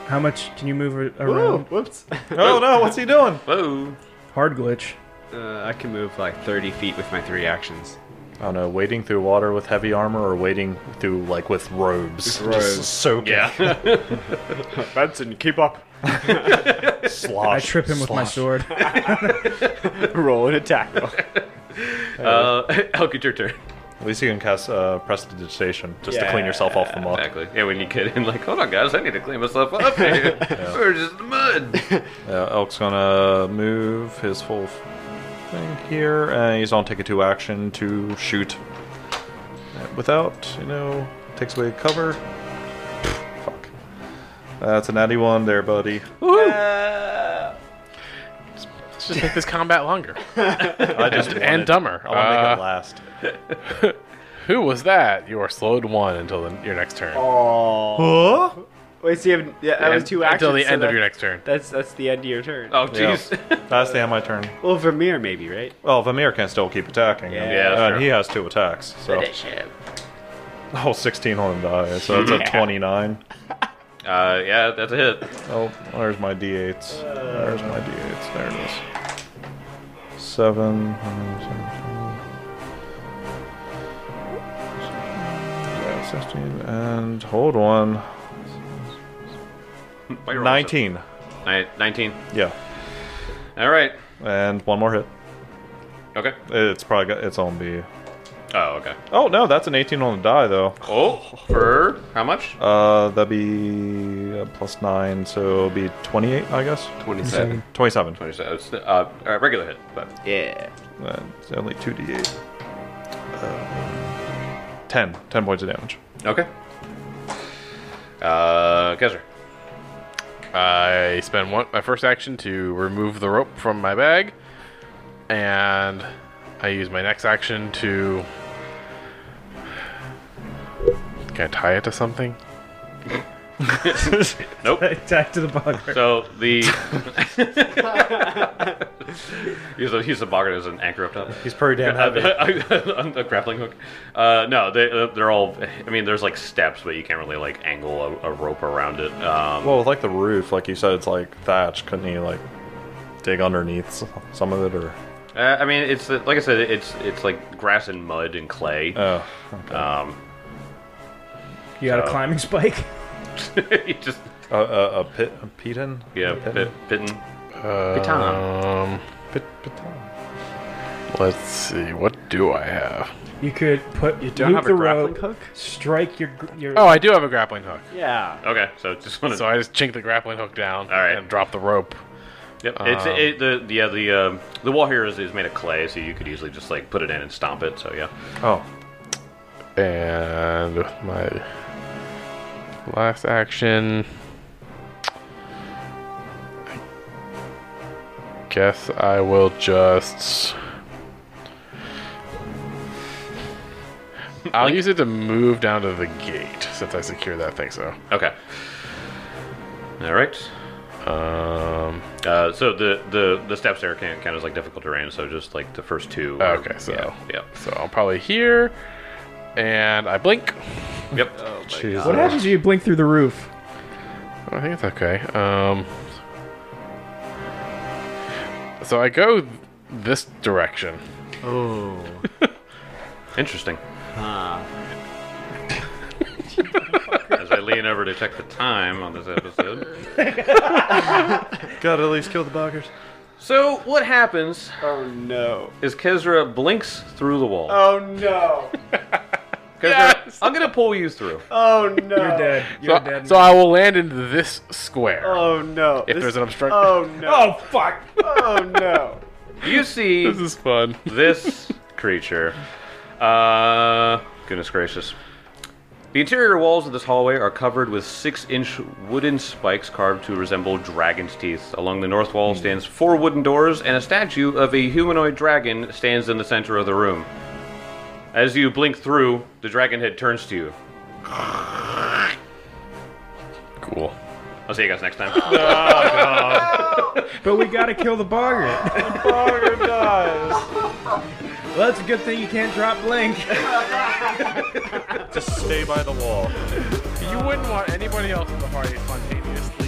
S4: How much can you move a-
S7: Ooh,
S4: around?
S7: whoops.
S6: oh no, what's he doing?
S1: Whoa.
S4: Hard glitch.
S7: Uh, I can move like 30 feet with my three actions.
S6: I don't know, wading through water with heavy armor or wading through like with robes.
S7: With robes.
S6: Just soaking. Yeah.
S7: Benson, keep up.
S4: I
S6: slosh.
S4: trip him with my
S6: slosh.
S4: sword.
S7: Roll an attack. roll.
S1: Uh, Elk, it's your turn.
S6: At least you can cast uh, prestidigitation just to clean
S7: Yeah.
S6: yourself off the muck.
S1: Exactly. Yeah, when you get in, like, hold on, guys, I need to clean myself up here. We're just in the mud.
S6: Yeah, Uh, Elk's gonna move his full f- thing here, and he's gonna take a two action to shoot without, you know, takes away cover. Fuck. That's a natty one there, buddy.
S5: Let's just make this combat longer
S6: I just wanted,
S5: and dumber.
S6: I want to make
S5: Uh,
S6: it last.
S5: Who was that? You are slowed one until the, your next turn.
S7: Wait, so you have yeah, that was
S5: And-
S7: two actions.
S5: Until the
S7: so
S5: end
S7: that-
S5: of your next turn.
S7: That's that's the end of your turn.
S1: Oh, jeez.
S6: That's the end of my turn.
S7: Well, Vermeer maybe, right?
S6: Well, Vamir can still keep attacking. Yeah,
S1: that's
S6: and
S1: true.
S6: he has two attacks. So. Oh, 16 on the die, so that's a 29.
S1: Uh, yeah, that's a hit.
S6: Oh, there's my d8s. There's my d8s. There it is. Seven. uh, seven, 16, And hold on.
S1: Why you're
S6: 19.
S1: awesome. Ni- 19.
S6: Yeah.
S1: All right.
S6: And one more hit.
S1: Okay.
S6: It's probably got its own B.
S1: Oh, okay.
S6: Oh, no, that's an 18 on the die, though.
S1: Oh, for how much?
S6: Uh, that'd be uh, plus 9, so it'll be 28, I guess.
S2: 27.
S6: 27.
S1: Twenty seven. It's, Uh, all right, regular hit, but
S2: Yeah.
S6: Uh, it's only 2d8. Uh, 10. 10 points of damage.
S1: okay. Uh, Kesser.
S5: I spend one my first action to remove the rope from my bag, and I use my next action to. Can I tie it to something?
S1: Nope.
S4: Attack to the bugger.
S1: So the use a use a bogger as an anchor up top.
S6: He's pretty damn
S1: a, a grappling hook. Uh, no, they uh, they're all. I mean, there's like steps, but you can't really like angle a, a rope around it. Um,
S6: well, with like the roof, like you said, it's like thatch. Couldn't he like dig underneath s- some of it or?
S1: uh, I mean, it's like I said, it's it's like grass and mud and clay.
S6: Oh,
S1: Um,
S4: You got a climbing spike?
S1: you just
S6: a, a, a pit, a piton.
S1: yeah,
S6: a
S1: pit, pitting.
S5: Um,
S6: Pit, piton.
S5: let's see. What do I have?
S4: You could put you
S7: Don't have a
S4: the
S7: grappling
S4: rope,
S7: hook.
S4: strike your gr- your
S5: Oh, I do have a grappling hook.
S7: Yeah.
S1: Okay, so just want to.
S5: So I just chink the grappling hook down
S1: All right.
S5: and drop the rope.
S1: Yep. it's it, the the yeah, the um, the wall here is, is made of clay, so you could easily just like put it in and stomp it. So yeah.
S6: Oh,
S5: And with my last action, I guess I will just. I'll use it to move down to the gate since I secured that thing. So,
S1: Okay. All right.
S5: um,
S1: Uh, so the, the the steps there can't count as like difficult terrain. So just like the first two. are-
S5: Oh, okay, so
S1: yeah, yeah.
S5: so I'm probably here, and I blink.
S1: Yep.
S6: Jesus.
S4: What happens if you blink through the roof?
S5: I think it's okay. Um, so I go th- this direction.
S1: Interesting.
S7: Uh.
S1: As I lean over to check the time on this episode.
S6: gotta at least kill the buggers.
S1: So what happens
S7: Oh no.
S1: is Kezra blinks through the wall.
S7: Oh no.
S1: Kezra, I'm gonna pull you through.
S7: Oh no.
S2: Uh,
S4: You're dead. You're
S5: So,
S4: dead.
S5: so I will land in this square.
S7: Oh no.
S5: if
S7: This-
S5: there's an obstruction.
S7: Oh no.
S4: oh fuck!
S7: Oh no.
S1: You see
S5: This is fun.
S1: this creature. Uh, goodness gracious. The interior walls of this hallway are covered with six inch wooden spikes carved to resemble dragon's teeth. Along the north wall stands four wooden doors, and a statue of a humanoid dragon stands in the center of the room. As you blink through, the dragon head turns to you.
S5: Cool.
S1: I'll see you guys next time.
S4: But we gotta kill the bogger.
S6: Bugger dies.
S4: well, that's a good thing you can't drop blink.
S6: Just stay by the wall.
S5: You wouldn't want anybody else in the party spontaneously.